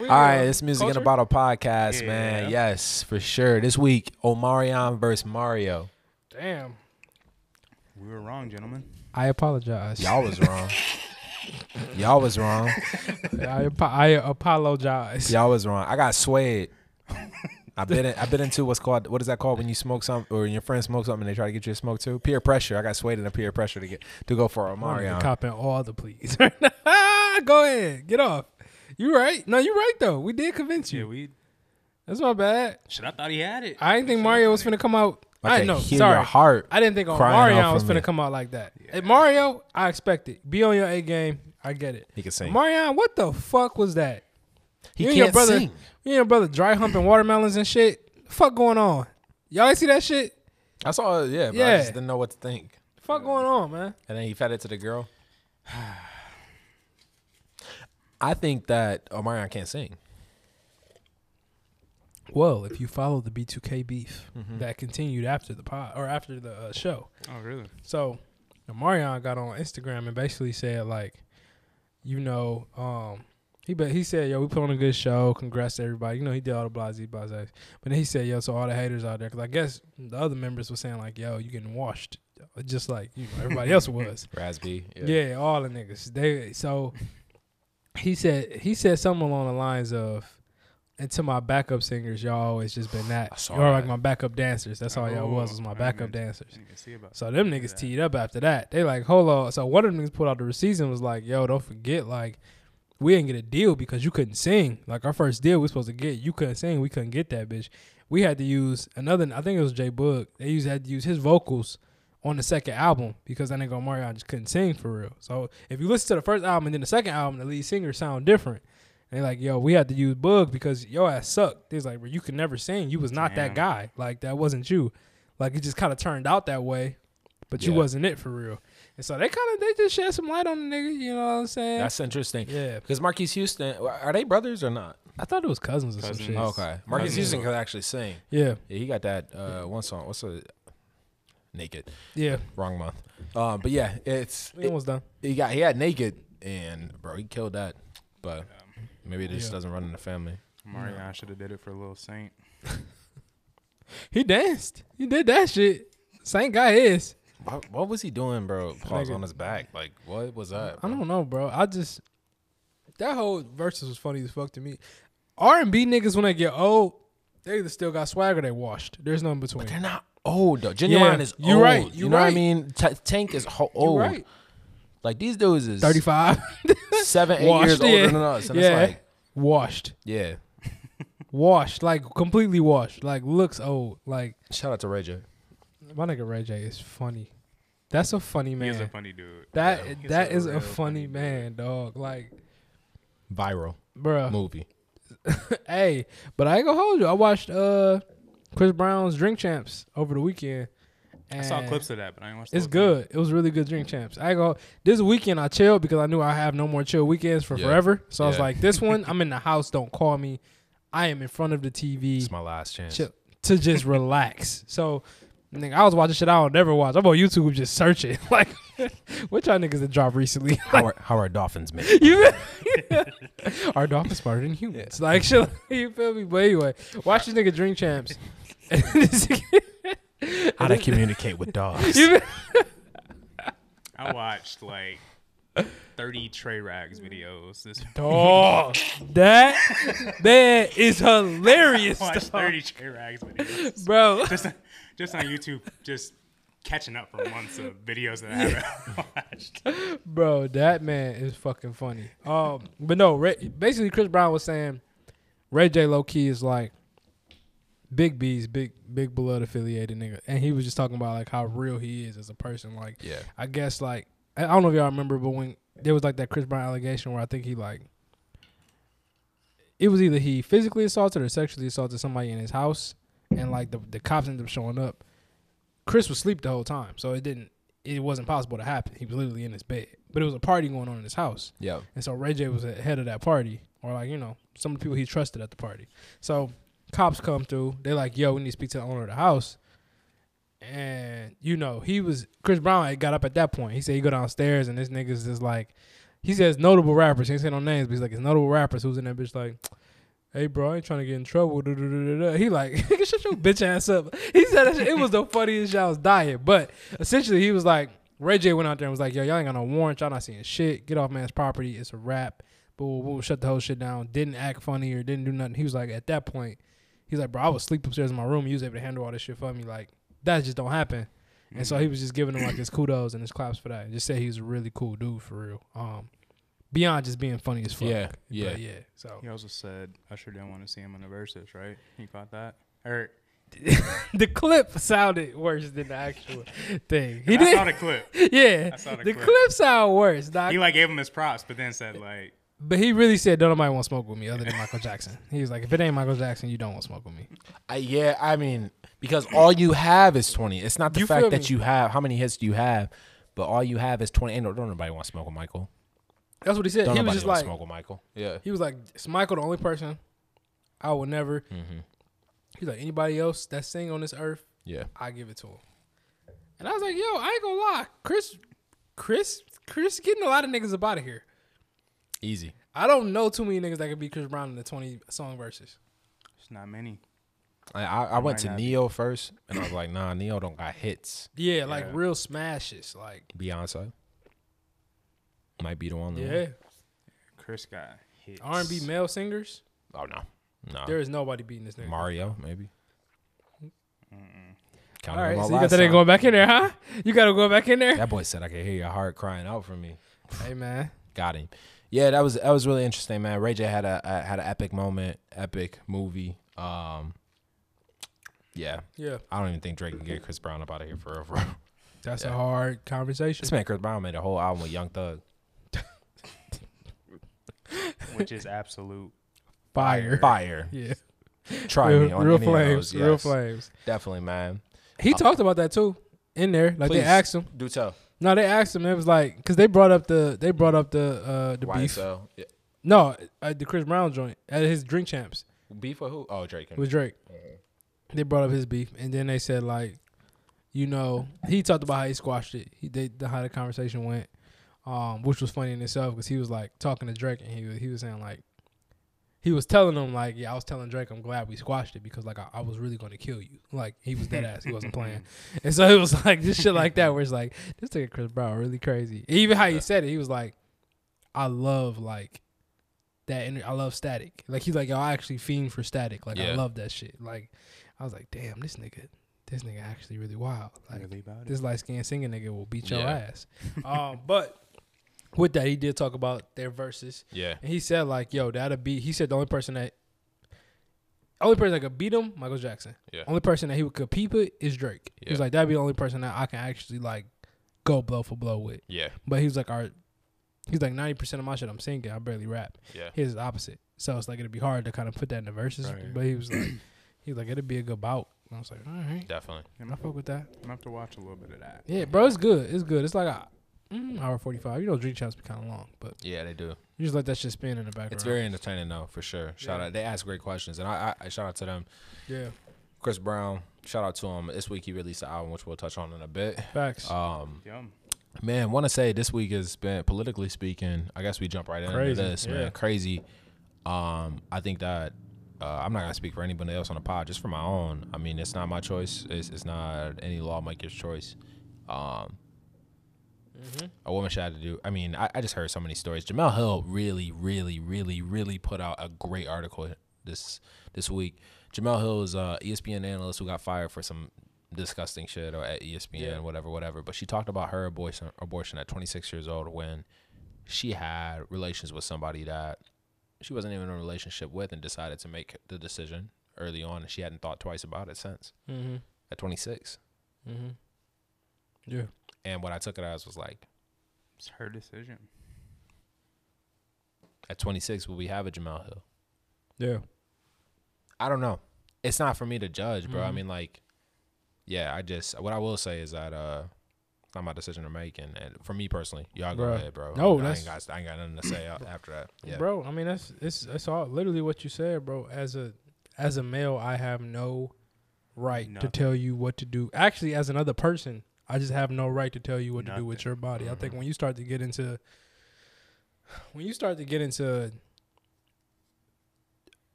All right, it's Music in Culture? a Bottle podcast, man. Yeah. Yes, for sure. This week, Omarion versus Mario. Damn. We were wrong, gentlemen. I apologize. Y'all was wrong. Y'all was wrong. I, apo- I apologize. Y'all was wrong. I got swayed. I've been in, I've been into what's called what is that called when you smoke something or your friend smokes something and they try to get you to smoke too? Peer pressure. I got swayed in a peer pressure to get to go for Mario. Omarion. Copping all the pleas. Go ahead. Get off. You right. No, you right though. We did convince you. we. That's my bad. Should I thought he had it? I didn't think Mario was finna come out. I I can know. hear Sorry. your heart I didn't think crying out Mario was for me. finna come out like that. Hey, Mario, I expect it. Be on your A game. I get it. He can sing. Mario, what the fuck was that? He you and your brother, you and your brother dry humping watermelons and shit. Fuck going on? Y'all ain't see that shit? I saw it, yeah, but I Yeah. just didn't know what to think. fuck going on, man? And then he fed it to the girl. I think that Omarion can't sing. Well, if you follow the B2K beef Mm-hmm. that continued after the pod or after the uh, show, Oh, really? So, Marion got on Instagram and basically said like, you know, um, he but he said, yo, we put on a good show. Congrats to everybody. You know, he did all the blase blase. But then he said, yo, so all the haters out there, because I guess the other members were saying like, yo, you getting washed, just like you know, everybody else was. Rasby. Yeah. all the niggas. They so he said he said something along the lines of and to my backup singers, y'all always just been that. I saw Y'all like that. my backup dancers. That's all y'all was was my Oh, backup man. dancers. You can see about So them niggas teed up after that. They like, hold on. So one of them niggas put out the receipts and was like, yo, don't forget, like, we didn't get a deal because you couldn't sing. Like our first deal we supposed to get, you couldn't sing, we couldn't get that bitch. We had to use another I think it was Jay Boog. They used had to use his vocals on the second album because that nigga Omarion just couldn't sing for real. So if you listen to the first album and then the second album, the lead singer sound different. They like, yo, we had to use Boog because your ass sucked. They was like, bro, you can never sing. You was not that Damn. guy. Like that wasn't you. Like it just kind of turned out that way, but you Yeah. wasn't it for real. And so they kind of they just shed some light on the nigga. You know what I'm saying? That's interesting. Yeah. Because Marquise Houston, are they brothers or not? I thought it was cousins or some Cousins. shit. Yes. Oh, Okay. Marquise Cousins. Houston could actually sing. Yeah, Yeah, he got that uh, one song. What's the naked? yeah. Wrong month. Uh, but yeah, it's We almost done. he got he had naked and bro, he killed that. But maybe it just doesn't run in the family. Mario. I should have did it for Little Saint. He danced. He did that shit. Saint guy is. What, what was he doing, bro? Paws Nigga. on his back. Like what was that? I bro? don't know, bro. I just that whole versus was funny as fuck to me. R and B niggas when they get old, they either still got swag or they washed. There's no in between. They're not old though. Genuine Yeah, is old. you right, you You, know what right. I mean? T- Tank is ho- You old. right. Like these dudes is Thirty five. seven, eight years older than us, and yeah. it's like washed. yeah. Washed. Like completely washed. Like looks old. Like Shout out to Ray J. my nigga Ray J is funny. That's a funny man. He is a funny dude. that Yeah. He's that is a real funny dude. man, dog. Like, Viral bruh. movie. Hey, but I ain't gonna hold you. I watched uh Chris Brown's Drink Champs over the weekend. I saw and clips of that, but I didn't watch. the It's whole thing. good. It was really good Drink Champs. I ain't go this weekend I chilled because I knew I have no more chill weekends for Yeah. forever. So I was Yeah. like, this one, I'm in the house, don't call me. I am in front of the TV It's my last chance. chill, to just relax. So nigga, I was watching shit I would never watch. I'm on YouTube just searching. Like what y'all niggas that dropped recently? How are, how are dolphins made? You Our dog is smarter than humans. Like, shit, like, you feel me? But anyway, watch this nigga Drink Champs. And this nigga- How they communicate with dogs? you feel- I watched like thirty Trey Rags videos. This dog. That that is hilarious, watched dog. thirty Trey Rags videos bro. just just on YouTube, just catching up from months of videos that I haven't watched. Bro, that man is fucking funny. Um, but no, Ray, basically Chris Brown was saying Ray J low key is like Big B's big big blood affiliated nigga, and he was just talking about like how real he is as a person. Like, Yeah. I guess like I I don't know if y'all remember, but when there was like that Chris Brown allegation where I think he like it was either he physically assaulted or sexually assaulted somebody in his house, and like the the cops ended up showing up. Chris was asleep the whole time, so it didn't it wasn't possible to happen. He was literally in his bed, but it was a party going on in his house. Yeah. And so Ray J was at head of that party, or like, you know, some of the people he trusted at the party. So cops come through. They're like, yo, we need to speak to the owner of the house. And, you know, he was, Chris Brown had got up at that point. He said he go downstairs and this nigga's just like, he says notable rappers. He ain't say no names, but he's like, it's notable rappers who's in that bitch like, hey, bro, I ain't trying to get in trouble. duh, duh, duh, duh, duh." He like, "Nigga, shut your bitch ass up. He said that shit. it was the funniest shit. I was dying. But essentially, he was like, Ray J went out there and was like, yo, y'all ain't got no warrant. Y'all not seeing shit. Get off man's property. It's a wrap. But we'll, we'll shut the whole shit down. Didn't act funny or didn't do nothing. He was like, at that point, he's like, bro, I was asleep upstairs in my room. You was able to handle all this shit for me. Like, that just don't happen. And so he Mm-hmm. was just giving him like his kudos and his claps for that. Just said he was a really cool dude for real. Um, beyond just being funny as fuck. Yeah, But yeah. yeah. So He also said Usher didn't want to see him in the verses, right? He caught that. Or the clip sounded worse than the actual thing. He I saw did. the clip. Yeah, I saw the, the clip. clip. sound worse. Doc. He like gave him his props, but then said like But he really said, "Don't nobody want to smoke with me other than Michael Jackson." He was like, "If it ain't Michael Jackson, you don't want to smoke with me." I, yeah, I mean, because all you have is twenty. It's not the You feel fact that me? you have how many hits do you have, but all you have is twenty. Ain't no, don't nobody want to smoke with Michael. That's what he said. Don't he was nobody just want like, to smoke with Michael. Yeah, he was like, "It's Michael the only person I will never." Mm-hmm. He's like, anybody else that sing on this earth, yeah. I give it to him. And I was like, yo, I ain't gonna lie, Chris, Chris, Chris, getting a lot of niggas up out of here. Easy. I don't know too many niggas that could beat Chris Brown in the twenty song verses. It's not many. I I, I went might to not be. Neo first, and I was like, nah, Neo don't got hits. Yeah, like real smashes. Like, Beyonce might be the one. that- yeah, Chris got hit. R and B male singers. Oh no, no. There is nobody beating this nigga. Mario maybe. Count All right, him out so you got last that nigga time. going back in there, huh? You got to go back in there. That boy said I could hear your heart crying out for me. Hey man, Got him. Yeah, that was that was really interesting, man. Ray J had a, a had an epic moment, epic movie. Um, yeah, yeah, I don't even think Drake can get Chris Brown up out of here for real, for real. that's a hard conversation. This man Chris Brown made a whole album with Young Thug. which is absolute. Fire. Fire. Yeah, Try me on real any flames, of those. Yes, real flames. Definitely, man. He talked about that too in there. Like they Please, asked him. Do tell. No, they asked him. It was like because they brought up the they brought up the uh the beef. YSL. Yeah. No, at the Chris Brown joint at his drink champs Beef with who? Oh, Drake. with Drake. They brought up his beef, and then they said like, you know, he talked about how he squashed it. He they the- how the conversation went, um, which was funny in itself because he was like talking to Drake, and he was he was saying like, he was telling him like, yeah, I was telling Drake, I'm glad we squashed it because like I, I was really going to kill you. Like he was dead ass, he wasn't playing, and so it was like this shit like that where it's like this nigga Chris Brown really crazy. Even how he said it, he was like, I love like that energy. I love static. Like he's like, yo, I actually fiend for static. Like I Yeah. love that shit. Like I was like, damn, this nigga, this nigga actually really wild. Like this light skinned singing nigga will beat your Yeah. ass. um, but with that, he did talk about their verses. Yeah. And he said like, yo, that'll be. He said the only person that, only person that could beat him, Michael Jackson. Yeah. Only person that he would compete with is Drake. He was Yeah. like, that'd be the only person that I can actually like go blow for blow with. Yeah. But he was like, all right. He's like ninety percent of my shit I'm singing, I barely rap. Yeah. His is the opposite. So it's like it'd be hard to kind of put that in the verses. Right. But he was like he was like, it'd be a good bout. And I was like, all right. Definitely. I fuck with that. I'm gonna have to watch a little bit of that. Yeah, bro, it's good. It's good. It's like a mm, hour forty five. You know Dream Champs be kinda long, but Yeah, they do. you just let that shit spin in the background. It's very entertaining though, for sure. Shout out. They ask great questions, and I, I, I shout out to them. Yeah. Chris Brown. Shout out to him. This week he released an album, which we'll touch on in a bit. Facts. Um, Yum. man, want to say this week has been politically speaking. I guess we jump right Crazy, into this, yeah. man. Crazy. Um, I think that uh, I'm not gonna speak for anybody else on the pod, just for my own. I mean, it's not my choice. It's, it's not any lawmaker's choice. Um, a woman should have to do. I mean, I, I just heard so many stories. Jamel Hill really, really, really, really put out a great article this this week. Jamel Hill is a E ESPN analyst who got fired for some disgusting shit or at E ESPN, whatever, whatever. But she talked about her abortion abortion at 26 years old when she had relations with somebody that she wasn't even in a relationship with and decided to make the decision early on, and she hadn't thought twice about it since Mm-hmm. at 26. Yeah. And what I took it as was like, It's her decision. at 26, will we have a Jamel Hill? Yeah. I don't know. It's not for me to judge, Mm-hmm. bro. I mean, like, yeah, I just what I will say is that uh, it's not my decision to make, and, and for me personally, y'all go Bruh. ahead, bro. No, I, that's- ain't got, I ain't got nothing to say a- after that. Yeah, Bro, I mean that's it's that's all literally what you said, bro. As a as a male, I have no right to Nothing. tell you what to do. Actually, as another person, I just have no right to tell you what to do with your body. I think when you start to get into when you start to get into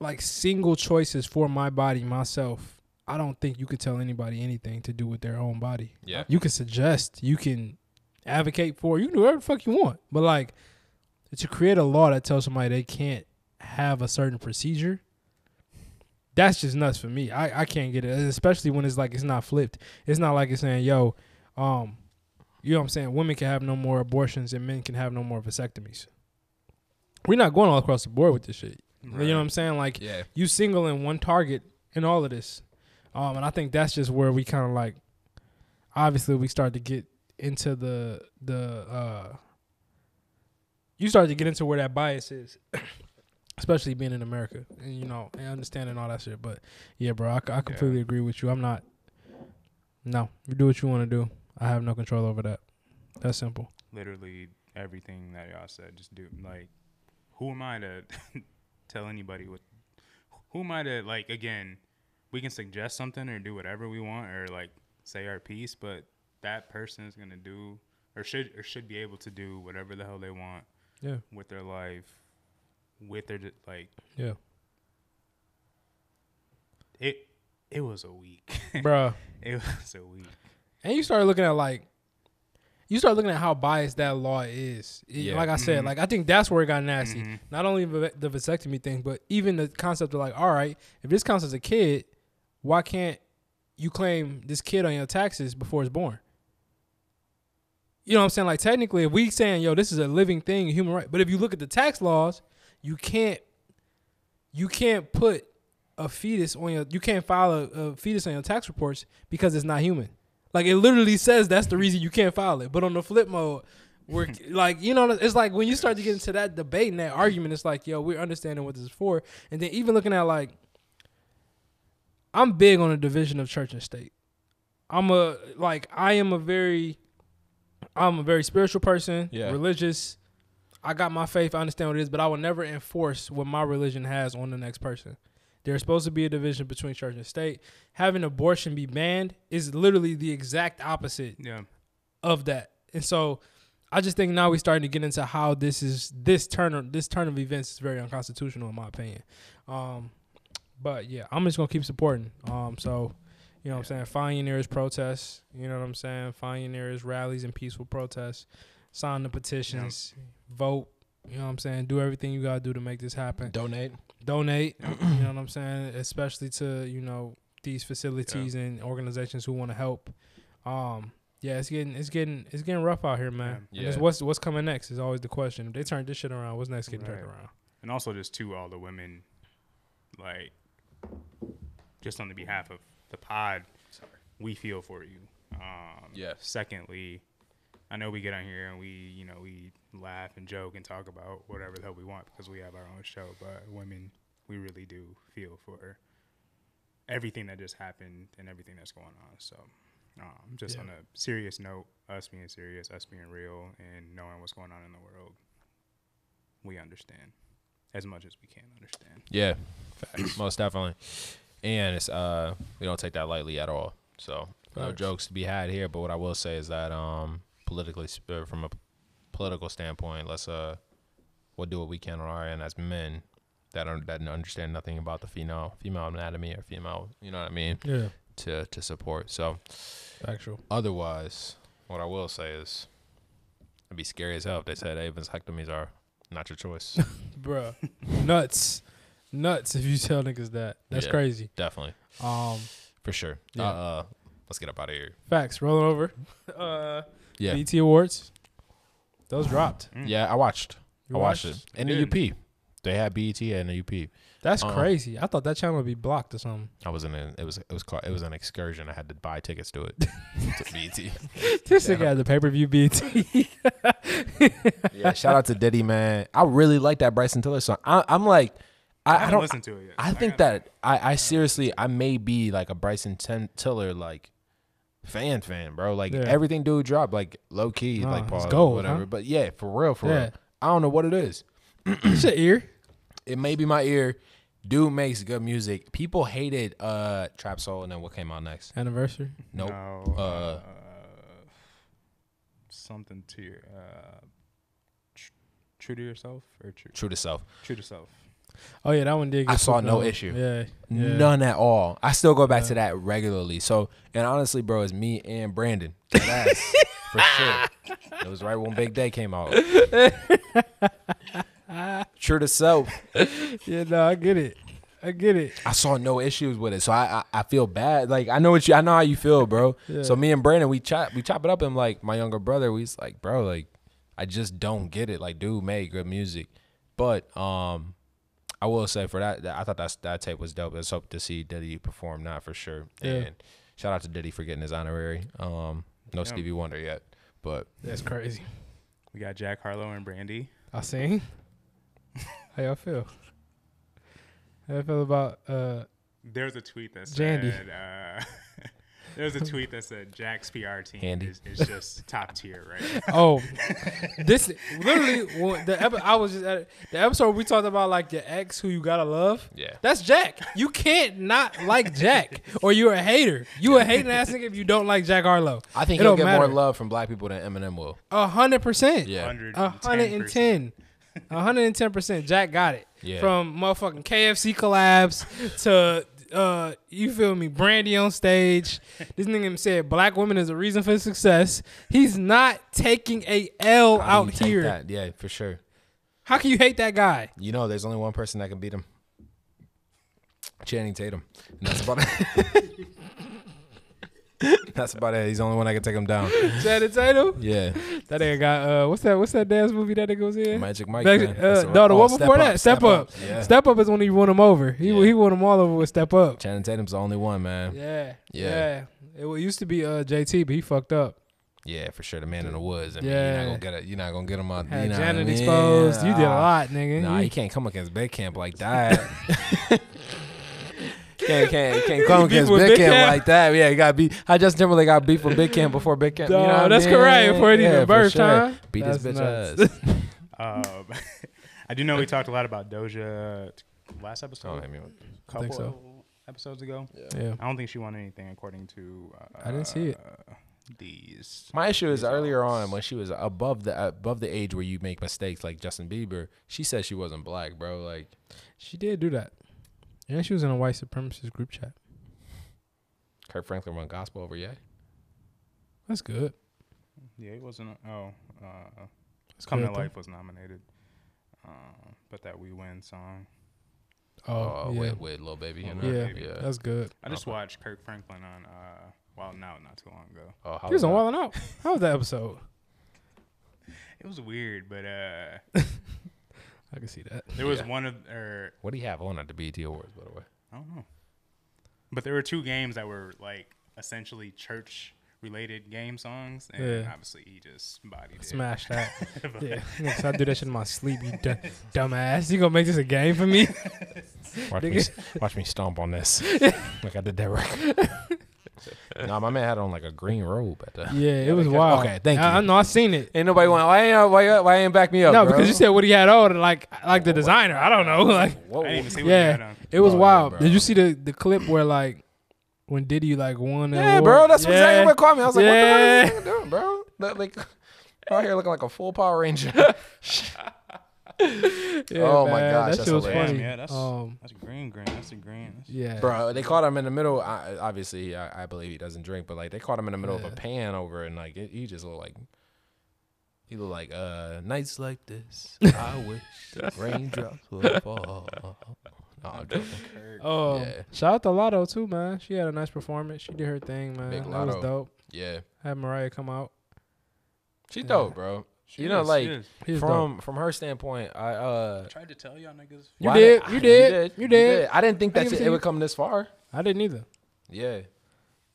like single choices for my body myself, I don't think you could tell anybody anything to do with their own body. Yeah. You can suggest, you can advocate for, you can do whatever the fuck you want. But like to create a law that tells somebody they can't have a certain procedure, that's just nuts for me. I, I can't get it, especially when it's like it's not flipped. It's not like it's saying, yo, um, you know what I'm saying? Women can have no more abortions and men can have no more vasectomies. We're not going all across the board with this shit. You know what I'm saying? Like, Yeah. you singling one target in all of this. Um, and I think that's just where we kind of like, obviously, we start to get into the the uh, you start to get into where that bias is, especially being in America and you know and understanding all that shit. But yeah, bro, I, c- I completely agree with you. I'm not. No, you do what you want to do. I have no control over that. That's simple. literally everything that y'all said. Just do like, who am I to tell anybody what? Who am I to like? Again, we can suggest something or do whatever we want or like say our piece, but that person is gonna do or should or should be able to do whatever the hell they want Yeah, with their life, with their d- like yeah, it. It was a week, Bruh. it was a week. And you start looking at like, you start looking at how biased that law is. It- Yeah. Like I said, like I think that's where it got nasty. Not only the the vasectomy thing, but even the concept of like, all right, if this counts as a kid, why can't you claim this kid on your taxes before it's born? You know what I'm saying? Like technically, if we saying, yo, this is a living thing, a human right, but if you look at the tax laws, you can't, you can't put a fetus on your, you can't file a, a fetus on your tax reports because it's not human. Like it literally says that's the reason you can't file it. But on the flip mode, we're like, you know, it's like when you start to get into that debate and that argument, it's like, yo, we're understanding what this is for. And then even looking at like, I'm big on the division of church and state. I'm a like I am a very I'm a very spiritual person, Yeah. religious. I got my faith, I understand what it is, but I will never enforce what my religion has on the next person. There's supposed to be a division between church and state. Having abortion be banned is literally the exact opposite Yeah, of that. And so I just think now we're starting to get into how this is this turn of this turn of events is very unconstitutional in my opinion. Um but yeah, I'm just gonna keep supporting. Um so you know what I'm saying? Find your nearest protests, you know what I'm saying? Find your nearest rallies and peaceful protests, sign the petitions, vote, you know what I'm saying? Do everything you gotta do to make this happen Donate. donate. you know what I'm saying? Especially to you know these facilities and organizations who want to help. Um, yeah, it's getting it's getting it's getting rough out here, man. Yeah. And it's Yeah. what's what's coming next is always the question. If they turn this shit around, what's next getting turned Right. around? and also just to all the women, like, just on the behalf of the pod, we feel for you. Um, Yes. Secondly, I know we get on here and we, you know, we laugh and joke and talk about whatever the hell we want because we have our own show. But women, we really do feel for everything that just happened and everything that's going on. So, um, just on a serious note, us being serious, us being real, and knowing what's going on in the world, we understand as much as we can understand. Yeah, most definitely. And it's uh, we don't take that lightly at all. So no Facts. jokes to be had here. But what I will say is that um, politically, sp- uh, from a political standpoint, let's uh, we'll do what we can on our end as men that are, that understand nothing about the female female anatomy or female, you know what I mean, Yeah, to to support. So factual. otherwise, what I will say is, it'd be scary as hell if they said, "Hey, vasectomies are not your choice." Bruh, nuts, nuts. If you tell niggas that, that's Yeah. crazy. definitely, Um, for sure. Yeah. Uh, uh, let's get up out of here. facts. Rolling over. uh, Yeah. BT Awards. Those dropped. Yeah, I watched. You I Mm. watched, watched? it. In the UP. They had BET and the UP. That's Uh-uh. crazy. I thought that channel would be blocked or something. I was in a, it was it was called, it was an excursion. I had to buy tickets to it. to E BET. This nigga had the pay per view BT. Yeah, shout out to Diddy man. I really like that Bryson Tiller song. I I'm like I, I, haven't don't listened to it yet. I I think gotta- that I, I seriously I may be like a Bryson Ten- Tiller like fan fan, bro. Like Yeah. everything dude dropped like low key Nah, like it's pause, gold, whatever. huh? But yeah, for real, for Yeah. real. I don't know what it is. It's your ear. it may be my ear. Dude makes good music. People hated uh Trap Soul and then what came out next? Anniversary. Nope. No, Uh, uh, something to your uh, tr- true to yourself or true True to self. true to self. Oh yeah, that one did. Get I saw flipped no over. issue. Yeah, yeah. None at all. I still go back to that regularly. So and honestly, bro, it's me and Brandon. That ass, for sure. It was right when Big Day came out. True to self. Yeah, no, I get it. I get it. I saw no issues with it, so I I, I feel bad. Like I know what you, I know how you feel, bro. Yeah. So me and Brandon, we chop we chop it up, and like my younger brother, we's like, bro, like I just don't get it. Like, dude made good music, but um, I will say for that, that- I thought that that tape was dope. Let's hope to see Diddy perform now for sure. Yeah. And shout out to Diddy for getting his honorary. Um, no Stevie Wonder yet, but That's crazy. We got Jack Harlow and Brandy. I sing. How y'all feel? How y'all feel about uh There's a tweet that said. Jandy. Uh, There's a tweet that said Jack's PR team Handy. is, is just top tier, right? now." oh this literally well, the epi- I was just at the episode we talked about like your ex who you gotta love. Yeah. That's Jack. You can't not like Jack or you're a hater. You a hating ass nigga if you don't like Jack Harlow. I think It he'll don't get more matter. love from black people than Eminem will. A hundred percent. Yeah. 110%. 110. 110%. Jack got it. Yeah. From motherfucking KFC collabs to uh you feel me, Brandy on stage. This nigga said black women is a reason for success. He's not taking a L How do out you take here. that? Yeah, for sure. How can you hate that guy? You know, there's only one person that can beat him. Channing Tatum. And that's about it. that's about it. He's the only one that can take him down. Channing Tatum? Yeah. That nigga got uh what's that what's that dance movie that nigga was in? Magic Mike. Back- man. uh, That's a- no, the oh, one before that, Step Up. Yeah. Step Up is when he won him over. He Yeah. he won him all over with Step Up. Channing Tatum's the only one, man. Yeah, Yeah. Yeah. yeah. It wa- used to be uh JT, but he fucked up. for sure. The man in the woods. I mean, Yeah. you're not gonna get it. You're not gonna get him out. Had you know what I Janet mean? Ah, exposed. You did a lot, nigga. Nah, You- you can't come against Big Camp like that. can't can't can't come Beef against with Big, Big Camp, Camp? like that. Yeah, he got beat. How Justin Timberlake got beat for Big Camp before Big Camp. you know Dawg, what I that's mean? correct, before it even for birthed, huh? Beat That's his bitch nuts. ass. Um, I do know we talked a lot about Doja last episode, Don't hit me with- couple Oh, think so. episodes ago. Yeah. I don't think she won anything according to. Uh, I didn't see it. These. My issue is earlier on when she was above the above the age where you make mistakes, like Justin Bieber. She said she wasn't black, bro. Like She did do that. And she was in a white supremacist group chat. Kirk Franklin run gospel over yeah. That's good. Yeah, it wasn't. Oh, uh, "Come to good, though. Life" was nominated, uh, but that "We Win" song. Oh, Oh, yeah. with, with little baby. You know? yeah. yeah. That's good. I just watched Kirk Franklin on uh, Wild Now not too long ago. Oh, how He was on that? Wild 'N Out. How was that episode? It was weird, but uh, I can see that. there was one of or What do you have on at the BET Awards, by the way? I don't know. But there were two games that were like essentially church related game songs and Yeah. obviously he just bodied it. Smash that. yeah. Niggas, I do that shit in my sleep, you dumb, dumbass. You gonna make this a game for me? Watch me, watch me stomp on this. like I did that record. nah, my man had on like a green robe at the. Yeah, it was wild. Okay, thank I, I you. know, I seen it. Ain't nobody want. Why ain't why, uh, why ain't back me up? no, bro? Oh, because you said what he had on, and like, like the designer. I don't know. Like, Whoa, I didn't even see what he had yeah, on. it was Oh, yeah, wild. bro. Did you see the the clip where like when Diddy like won? the yeah, award? bro. That's Yeah. exactly what caught me. I was like, Yeah. what the fuck is this nigga doing, bro? Look, Like, out here looking like a full Power Ranger. Yeah, Oh my man, that gosh, that's shit was hilarious. funny. Damn, yeah, that's um, that's green, green, that's a green. That's yeah, bro, they caught him in the middle. I, obviously, I, I believe he doesn't drink, but like they caught him in the middle of a pan over, and like it, he just looked like. He looked like uh nights like this. I wish raindrops would fall. No, I'm joking. Oh, Yeah. shout out to Lotto too, man. She had a nice performance. She did her thing, man. Big that was Lotto. dope. Yeah. Had Mariah come out. She dope, bro. you know, is, like she is. He was from from her standpoint, I uh. Tried to tell y'all niggas. You why did, did- you did, you did. I didn't think I that give it it, to it you. would come this far. I didn't either. Yeah,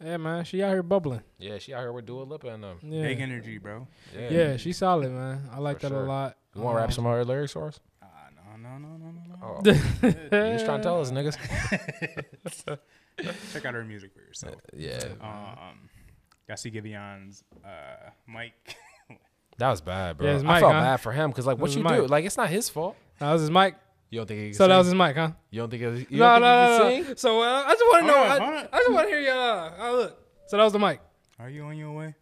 Yeah, man. She out here bubbling. yeah. She out here with Dua Lipa and them. Yeah, Big energy, bro. Yeah. yeah. She's solid, man. I like For that a sure. lot. You want to rap Um, some of her lyrics for us? Ah, no, no, no, no, no, no. Oh, you just trying to tell us, niggas. Check out her music for yourself. Yeah, Um, I see Givion's uh, mic. that was bad, bro. Yeah, it's I Mike, felt huh? bad for him because like, what was you Mike. do? Like, it's not his fault. That was his mic. You don't think he can So that sing? was his mic, huh? You don't think it was, you No, don't no, think no, he can no. sing? So uh, I just want to know. Hold on, I, hold on. I just want to hear y'all. Uh, oh, look. So that was the mic. Are you on your way?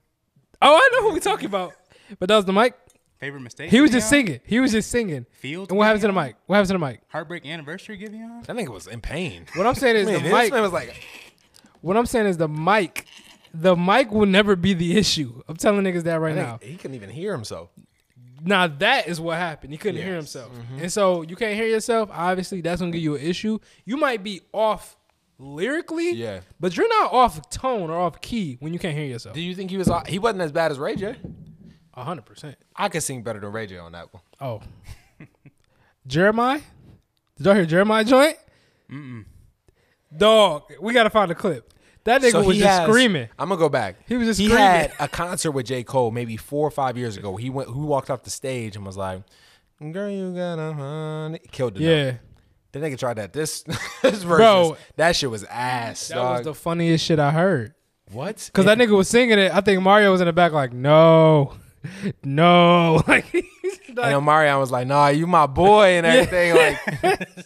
Oh, I know who we talking about. But that was the mic. Favorite mistake? He was just Giveon? singing. He was just singing. Fields. And what happened to the Giveon? mic? What happened to the mic? Heartbreak anniversary, Giveon. That nigga was in pain. What I'm saying is Man, the this mic. man was like, What I'm saying is the mic. The mic will never be the issue. I'm telling niggas that right that now. nigga- he couldn't even hear himself. Now that is what happened. He couldn't hear himself, Mm-hmm. and so you can't hear yourself. Obviously, that's gonna give you an issue. You might be off lyrically, Yeah. but you're not off tone or off key when you can't hear yourself. Do you think he was? He wasn't as bad as Ray J. hundred percent. I could sing better than Ray J on that one. Oh, Jeremiah, did y'all hear Jeremiah joint? Mm-mm. Dog, we gotta find a clip. That nigga was he just has- screaming. I'm gonna go back. He was just he screaming. had a concert with J Cole maybe four or five years ago. He went, who walked off the stage and was like, Girl, you got a honey. Killed the note. Yeah, The nigga tried that. This, this verse, Bro. is- that shit was ass. that dog. was the funniest shit I heard. what? Cause that nigga was singing it. I think Mario was in the back like, no, no, like he's And like, Omarion was like, "Nah, you my boy and everything." Like,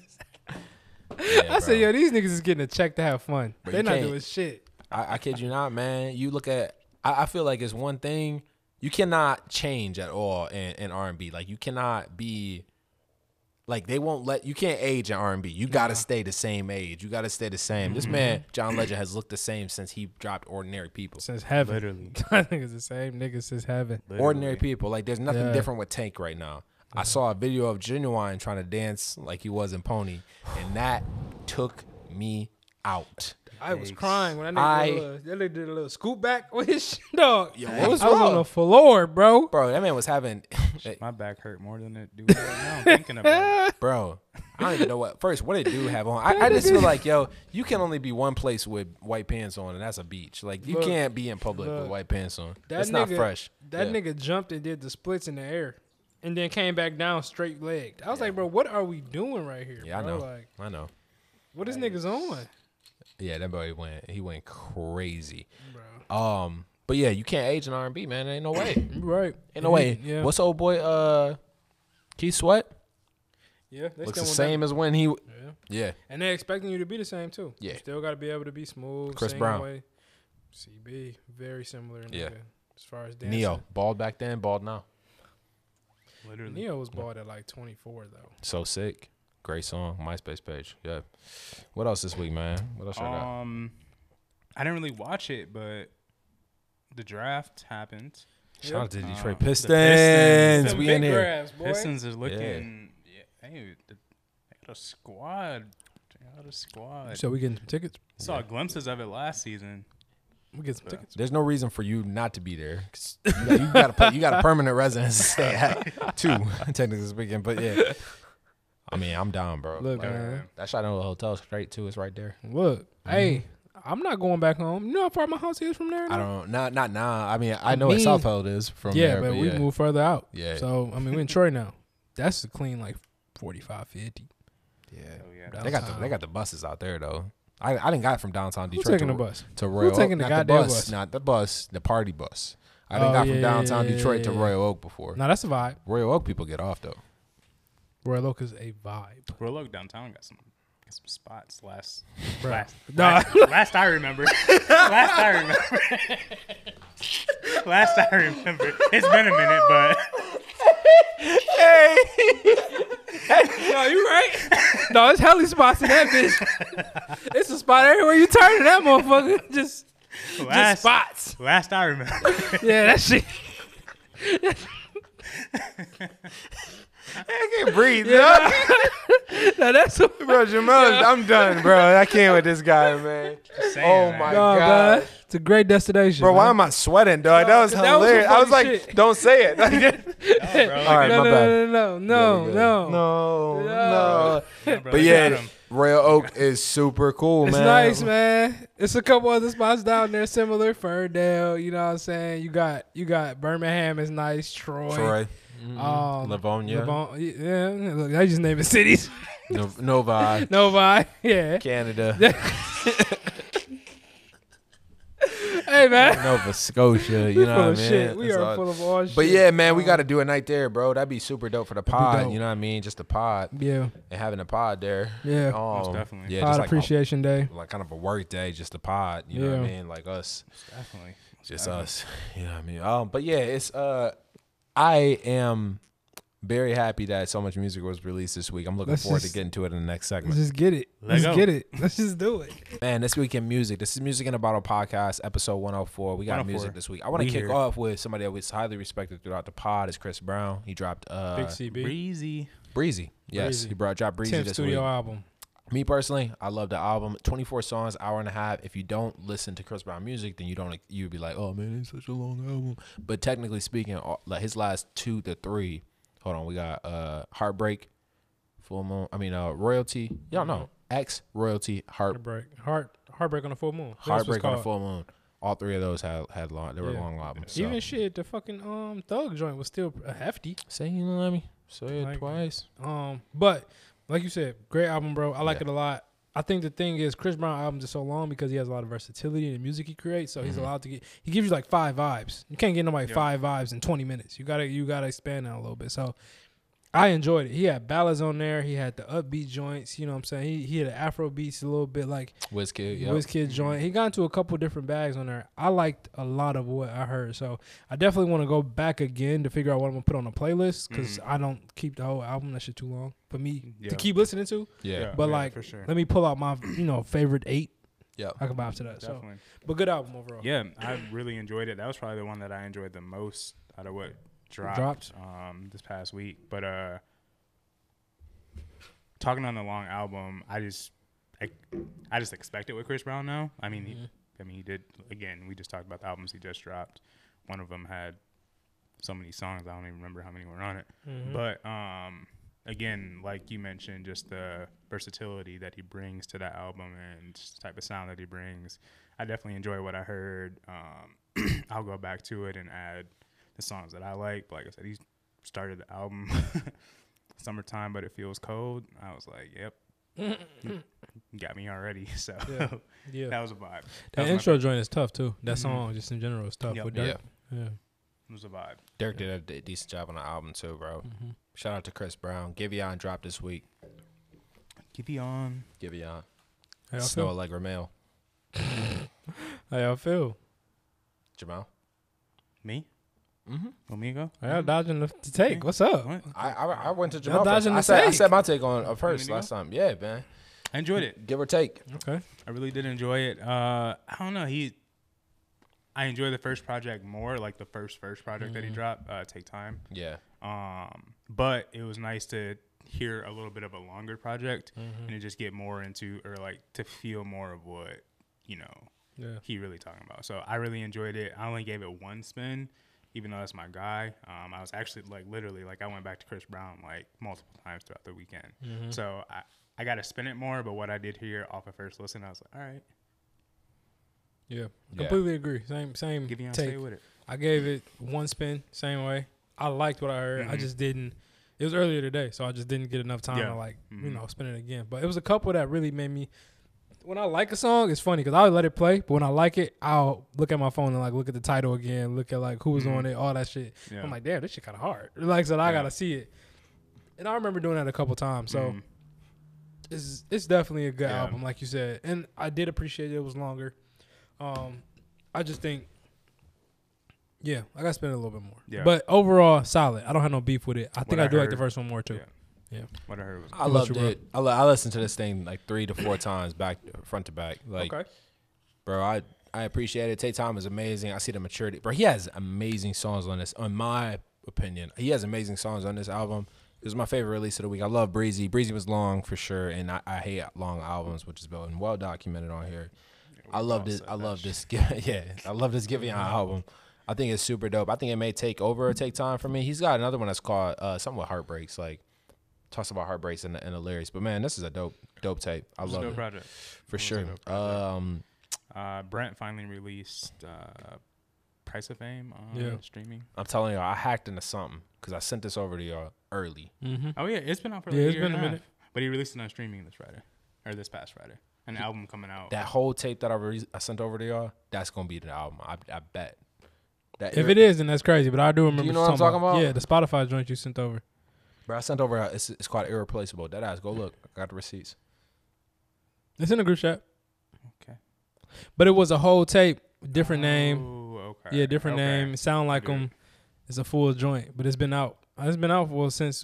I said, yo, these niggas is getting a check to have fun. Bro, They're you not can't- doing shit. I, I kid you not, man. You look at, I, I feel like it's one thing you cannot change at all in, in R and B. Like, you cannot be, like, they won't let you can't age in R and B. You gotta stay the same age. You gotta stay the same. This man, John Legend, has looked the same since he dropped Ordinary People. Since heaven, Literally. I think it's the same nigga since heaven. ordinary people. Like there's nothing Yeah. different with Tank right now. I saw a video of Genuine trying to dance like he was in Pony, and that took me out. I was crying when I- that nigga did a little- that nigga did a little scoop back with his shit, dog. Yo, what was I was wrong? on the floor, bro. Bro, that man was having, My back hurt more than it do right now. I'm thinking about it. bro. I don't even know what. First, what did dude have on? I, I just feel like, yo, you can only be one place with white pants on, and that's a beach. Like you Look, can't be in public with look. white pants on. That That's nigga, not fresh. That Yeah. nigga jumped and did the splits in the air, and then came back down straight legged. I was like, bro, what are we doing right here? Yeah, I bro? know. Like, I know. what is niggas on, Yeah, that boy went. He went crazy. bro? Um, but yeah, you can't age in R and B, man. There ain't no way. You Right. Ain't no way. Yeah. What's old boy? Uh, Keith Sweat yeah, they looks still want the same that. as when he. Yeah. And they're expecting you to be the same too. You Yeah. still got to be able to be smooth. Chris sing Brown. away. CB, very similar. Nigga, Yeah. As far as dancing. Neo, bald back then, bald now. Literally. Neo was bald at like 24 though. So sick. Great song. MySpace page. Yeah. What else this week, man? What else I got? Um, I didn't really watch it, but the draft happened. Shout out to Detroit the Pistons. Pistons. We Big in here. grabs, boy. Pistons is looking. Yeah. hey, the, they got a squad. They got a squad. So we getting some tickets? Saw glimpses of it last season. We get some tickets. There's no reason for you not to be there. 'cause You got, you got, a, pla- you got a permanent residence to stay at, too, technically speaking. But yeah, I mean, I'm down, bro. Look, Like, man. that shot into the hotel straight too. It's right there. Look, hey, I'm not going back home. You know how far my house is from there? Mm-hmm. I now? don't. Not not now. I mean, I know Me- what Southfield is from Yeah, there. but, we yeah. moved further out. Yeah. So I mean, we're in Troy now. That's a clean like 45, 50. Yeah. Oh yeah. They got the they got the buses out there though. I I didn't got it from downtown Detroit. taking to, the bus? to Royal Oak. taking the not goddamn bus, bus? Not the bus, the party bus. I didn't Oh, got yeah, from yeah, downtown yeah, Detroit yeah, to yeah. Royal Oak before. Now that's a vibe. Royal Oak people get off though. Royal Oak is a vibe. Royal Oak downtown got some got some spots last Bro. last, Nah. last, last I remember. last I remember. last I remember. It's been a minute, but No, you right. no, it's hella spots in that bitch. it's a spot everywhere you turn in that motherfucker. Just, last spots. Last I Oh remember. Yeah, that shit. I can't breathe. Now that's what bro, Jamal, I'm done, bro. I can't with this guy, man. Saying, my man. God. no, bro. It's a great destination. Bro, why man. am I sweating, No, dog? That was 'cause that was hilarious. some I was like, funny shit. don't say it. bro. All right, No, no, my bad. no, no, no, Yeah, no, no, No. no. bro, But they got yeah, 'em. Royal Oak is super cool, It's man. nice, man. It's a couple other spots down there similar. Ferndale, you know what I'm saying. You got you got Birmingham is nice. Troy, Troy, um, Livonia. Livon- yeah. Look, I just naming cities. No- Novi, Novi, yeah. Canada. Hey man, Nova Scotia. we full You know what I mean? of shit. We It's are all- full of all shit. But yeah, man, we got to do a night there, bro. That'd be super dope for the pod. dope. You know what I mean? Just the pod yeah, and having a pod there. Yeah. um, Most definitely. Yeah, Pod just like, Appreciation Day. like kind of a work day, just the pod. You know what I Yeah. mean? Like us, Definitely. just us. You know what I mean? Um, but yeah, it's uh, I am very happy that so much music was released this week. I'm looking Let's forward just- to getting to it in the next segment. Let's just get it. Let Let's go. get it. Let's just do it. Man, this week in music. This is Music in a Bottle podcast, episode 104. We got 104. music this week. I want to We kick here. off with somebody that was highly respected throughout the pod. Is Chris Brown? He dropped uh, Breezy. Breezy. Yes, Breezy. he brought dropped Breezy tenth this studio week. album. Me personally, I love the album. 24 songs, hour and a half. If you don't listen to Chris Brown music, then you don't you'd be like, "Oh man, it's such a long album." But technically speaking, all- like his last 2 to 3. Hold on, we got uh Heartbreak, Full Moon, I mean uh Royalty. Y'all know. X Royalty Heart Heartbreak, heart, heartbreak on a full moon. That's what it's Heartbreak on a called. Full Moon. All three of those had had long. They were Yeah. long albums. So. Even shit, the fucking um thug joint was still a hefty. say you love me. Say it Like- twice. Um, but like you said, great album, bro. I like Yeah. it a lot. I think the thing is Chris Brown albums are so long because he has a lot of versatility in the music he creates. So he's allowed to get he gives you like five vibes. You can't get nobody five vibes in twenty minutes. You gotta you gotta expand that a little bit. So I enjoyed it. He had ballads on there. He had the upbeat joints. You know what I'm saying? He he had the Afro beats a little bit like Wizkid. Wizkid Yeah. joint. He got into a couple different bags on there. I liked a lot of what I heard, so I definitely want to go back again to figure out what I'm gonna put on the playlist because I don't keep the whole album. That shit too long for me Mm-hmm. Yeah. Oh, to keep listening to. Yeah. Yeah. But like, for sure. let me pull out my you know favorite eight. Yep. I can vibe to that. Definitely. So, but good album overall. Yeah, I really enjoyed it. That was probably the one that I enjoyed the most out of what dropped, Dropped. Um, this past week. But uh, talking on the long album, I just I, I just expect it with Chris Brown now. I mean, he, I mean he did again. We just talked about the albums he just dropped. One of them had so many songs. I don't even remember how many were on it. Mm-hmm. But um, again, like you mentioned, just the versatility that he brings to that album and just the type of sound that he brings. I definitely enjoy what I heard. Um, I'll go back to it and add the songs that I like. But like I said, he started the album summertime, but it feels cold. I was like, yep. You Got me already, so Yeah. Mm-hmm. that was a vibe. That That was my intro joint is tough too. That song just in general is tough. Yep. With Dirk. yeah. It was a vibe. Derek did a d- decent job on the album too, bro. Mm-hmm. Shout out to Chris Brown. Giveon dropped this week. Keep you on. Giveon. How y'all Snow feel? Allegra Mail. How y'all feel? Jamal. Me? Mm-hmm. Omigo? Are y'all dodging the, the take? What's up? What? I, I I went to Jamal. dodging First. I the said I take. said my take on uh, first go? last time. Yeah, man. I enjoyed it. Give or take. Okay. I really did enjoy it. Uh, I don't know. He, I enjoy the first project more, like the first first project that he dropped. Uh, Take time. Yeah. Um, but it was nice to hear a little bit of a longer project and to just get more into or like to feel more of what you know Yeah. he really talking about. So I really enjoyed it. I only gave it one spin, even though that's my guy. Um, I was actually like literally like I went back to Chris Brown like multiple times throughout the weekend. So I I got to spin it more. But what I did here off of first listen, I was like, all right, Yeah. Yeah. Completely agree. Same same give you take. stay with it. I gave it one spin, same way. I liked what I heard. I just didn't. It was earlier today, so I just didn't get enough time Mm-hmm. Yeah. Mm-hmm. to like, you know, spin it again. But it was a couple that really made me. When I like a song, it's funny because I'll let it play, but when I like it, I'll look at my phone and like look at the title again, look at like who was on it, all that shit. Mm-hmm. Yeah. I'm like, damn, this shit kind of hard. Like I said, I gotta see it, and I remember doing that a couple times. So it's it's definitely a good Mm-hmm. Yeah. album, like you said, and I did appreciate it was longer. Um, I just think, yeah, I got to spend a little bit more. Yeah. But overall, solid. I don't have no beef with it. I think I I, do like the heard- first one more too. Yeah. What I heard was I about loved you, bro? it. I, li- I listened to this thing like three to four times back front to back. Like okay. bro. I I appreciate it. Tay Tom is amazing. I see the maturity, bro. He has amazing songs on this. On my opinion, he has amazing songs on this album. It was my favorite release of the week. I love Breezy. Breezy was long for sure, and I, I hate long albums, which is been well documented on here. I love this. I love this. Yeah, I love this Giveon album. I think it's super dope. I think it may take over or take time for me. He's got another one that's called uh, something with heartbreaks. Like talks about heartbreaks in the, in the lyrics, but man, this is a dope dope tape. I This is love no it project. for sure. Um, Uh, Brent finally released uh, Price of Fame on Yeah. streaming. I'm telling y'all, I hacked into something because I sent this over to y'all early. Mm-hmm. Oh yeah, it's been out for like Yeah, a it's year been and a a minute. minute. But he released it on streaming this Friday or this past Friday. An album coming Oh. out. That whole tape that I, re- I sent over to y'all, that's gonna be the album. I, I bet. That If it is, then that's crazy. But I do remember. you know what I'm talking about? Yeah, the Spotify joint you sent over. bro, I sent over. uh, It's, it's called irreplaceable. That ass, go look. I got the receipts. It's in the group chat. okay. But it was a whole tape, different name. Ooh, Oh, okay. Yeah, different Okay. name. Sound like Good. them. It's a full joint, but it's been out. It's been out well since.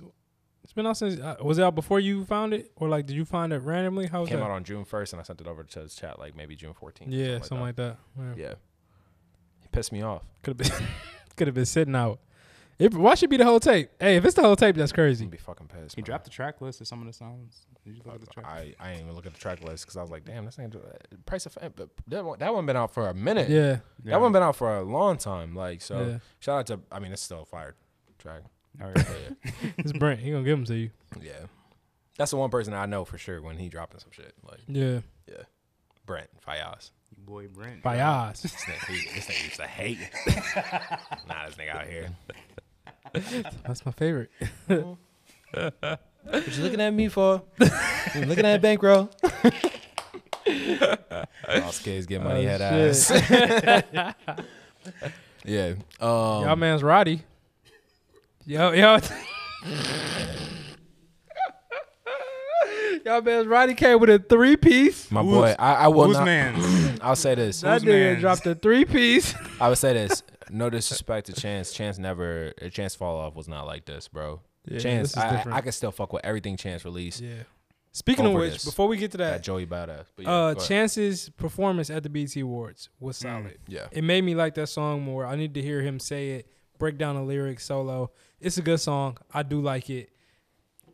It's been out since. Uh, was it out before you found it, or like did you find it randomly? How was Came that? out on June 1st, and I sent it over to his chat like maybe June 14th. or yeah, something like that. Yeah. Yeah, he pissed me off. Could have been could have been sitting out. If why should it be the whole tape? Hey, if it's the whole tape, that's He crazy. be fucking pissed. He bro. dropped the track list of some of the songs. Did you look at the track? I, I didn't even look at the track list because I was like, damn, this ain't price of Fame, but that one that one been out for a minute. Yeah. Yeah. That one been out for a long time. Like so, Yeah. shout out to. I mean, it's still a fire track. Oh, yeah. It's Brent. He gonna give them to you. Yeah. That's the one person I know for sure when he dropping some shit. Like Yeah. Brent Fayaz. boy Brent. Bias. This nigga, he- this nigga used to hate. nah, this nigga out here. That's my favorite. What you looking at me for? you looking at bankroll? Lost kids get money Oh, head shit. ass. yeah. Um, Y'all man's Roddy. Yo, yo. Y'all man's Roddy came with a three piece. my boy, I, I will Who's not. man? I'll say this. That Who's nigga man's? dropped a three piece. I would say this. No disrespect to Chance. Chance never. uh, Chance fall off was not like this, bro. Yeah, Chance, this is I, different. I could still fuck with everything Chance released. Yeah. Speaking of Over which, this. before we get to That that, Joey badass. But yeah, uh, go ahead. Mm. Chance's performance at the BT Awards was solid. Yeah. It made me like that song more. I need to hear him say it, break down the lyrics solo. It's a good song. I do like it.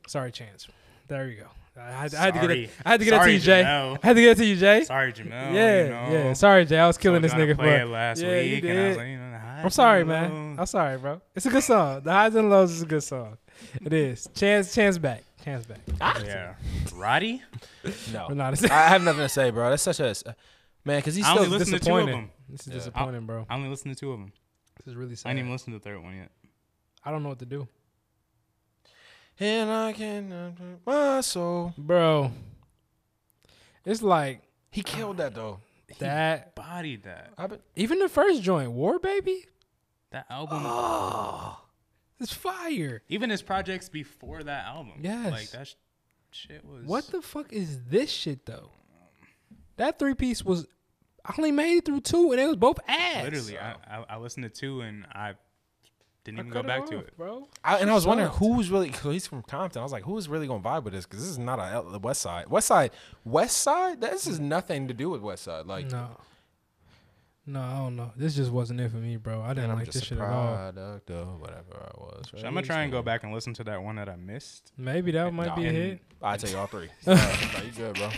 Sorry, Chance. There you go. I had, I had to get Sorry. it. I had to get it to Sorry, you, Jay. Janelle. I had to get it to you, Jay. Sorry, Jamel. yeah, you know. yeah. Sorry, Jay. I was I was killing this trying to nigga for play it last yeah, week, you did. and I was like, you know, the highs I'm sorry, and the man. I'm lows. sorry, bro. It's a good song. The highs and lows is a good song. It is. Chance, chance back, chance back. Yeah, Roddy. no, But nah, this, I have nothing to say, bro. That's such a s- uh, man, because he's I still only listened to two of disappointing. them. this is Yeah. disappointing, bro. I only listened to two of them. This is really I sad. I, didn't even listen to the third one yet. don't know what to do, And I can my soul. bro. It's like He killed that though. that. Bodied that. I've been, Even the first joint, War Baby, That album. is fire. Even his projects before that album. Yes. Like that sh- shit was. What the fuck is this shit though? That three piece was. I only made it through two, and it was both ass. Literally, I, I I listened to two and I didn't even Cut go it back to off, it. bro. I, and I was wondering who's really. Cause he's from Compton. I was like, who's really gonna vibe with this? Because this is not a L- the West Side. West Side. West Side. This is nothing to do with West Side. Like, Mm. No. No, I don't know. This just wasn't it for me, bro. I didn't and I'm like just this a shit at all. product of whatever I was. So I'm gonna try and go back and listen to that one that I missed. Maybe that might Nah. be a And- hit. I take all three. Nah, nah, you good, bro?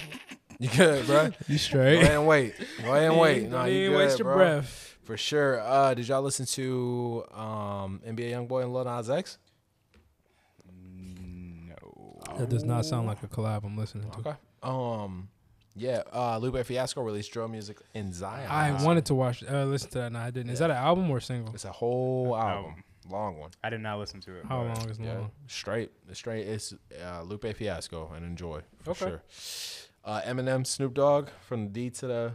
You good, bro? You Go straight. ahead and wait. Go ahead and wait. No, you didn't good, waste your bro. breath. For sure. Uh, did y'all listen to um, NBA YoungBoy and Lil Nas X? No. That does not sound like a collab I'm listening to. Okay. Um, yeah. Uh, Lupe Fiasco released drill music in Zion. I wanted to watch, uh, listen to that, and I didn't. Is that an album or a single? It's a whole album, album. long one. I did not listen to it. How but- long is long? Yeah. Straight, straight. It's uh, Lupe Fiasco and enjoy for Okay. sure. Uh, Eminem, Snoop Dogg from the D to the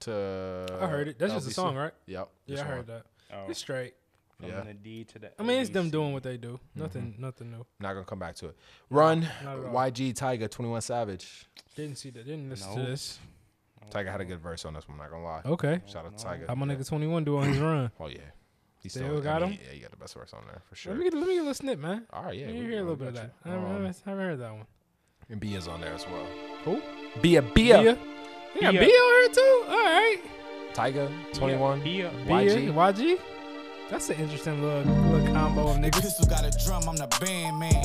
to. I heard it. That's just a LBC. song, right? Yep. Yeah, just I one. heard that. Oh, It's straight. from yeah. the D to the I mean, it's them ABC. doing what they do. Nothing, nothing new. Not gonna come back to it. Run, not at all. YG, Tiger, Twenty One Savage. Didn't see that. Didn't listen to No. this. Tiger had a good verse on this one. I'm not gonna lie. Okay. Shout out to Tiger. Oh, How my Yeah. nigga 21 do on his run? Oh yeah, he Still got him? Yeah, he got the best verse on there for sure. Let me get, let me get a snip, man. All right, yeah. Let we- me hear a we little bit of got that. I you. haven't, I Um, haven't- I haven't heard that one. and B is on there as well. Who? Bia, Bia, Bia. Yeah, Bia. Bia on here too. All right. Tiger, Twenty One, Be a- YG. YG. YG. That's an interesting little little combo of niggas. Pistol got a drum, I'm the band man.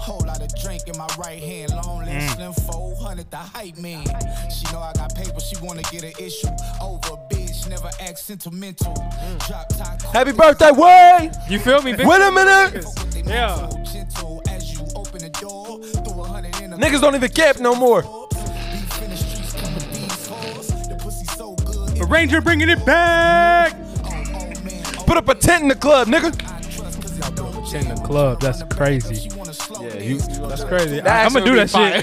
Whole lot of drink in my right hand, long lens, Mm. slim 400, the hype man. She know I got paper, she wanna get an issue. Over bitch, never act sentimental. Mm. Drop top. Happy birthday, Wayne! You feel me, bitch? Wait a minute! what they Yeah. meant to. Gentle as you open the door, through a hundred in a Niggas don't even cap no more. Beef in the streets, come with these fours. The pussy so good. The Ranger bringing it back. Put up a tent in the club, nigga. In the club, that's crazy. Yeah, you, That's crazy. That I'm gonna shit do would that be fire.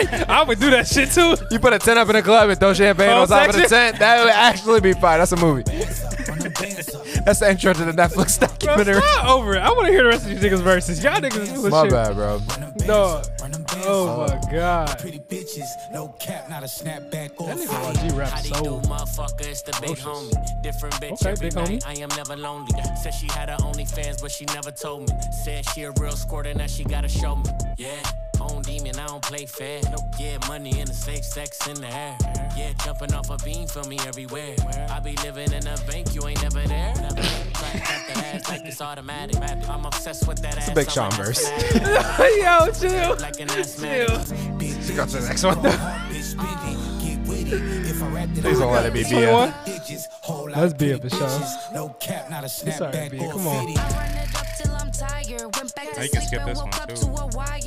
shit. I'm gonna, I would do that shit too. you put a tent up in the club and throw champagne Oh, on top of the section. tent. That would actually be fire. That's a movie. That's the intro to the Netflix Bro, documentary. stop over it. I want to hear the rest of you niggas verses. Y'all niggas is full of My shit. bad, bro. No. Oh my god. Pretty bitches, no cap, not a snapback or That a nigga fade. YG rap How they do, so. motherfucker? It's the big Ferocious. homie. Different bitch Okay, every big homie. night. I am never lonely. Said she had her OnlyFans, but she never told me. Said she a real squirt and that she gotta show me. Yeah, own demon, I don't play fair. Nope. Yeah, money in the safe, sex in the air. Yeah, jumping off a beam for me everywhere. I be living in a bank, you ain't never there. Never. Clap, clap the ass like it's automatic. I'm obsessed with that ass. Big I'm Sean an verse. asthmatic. Yo, chill. Like an asthmatic. She got to the next one. though. Bitch, bitty, get with it. If I wrap it Please don't let it be Bia. Bitches, whole lot That's of Bia for pretty sure. bitches, No cap, not a alright, snapback Bia, or come a on. fitty. Now you You can skip this one, too. I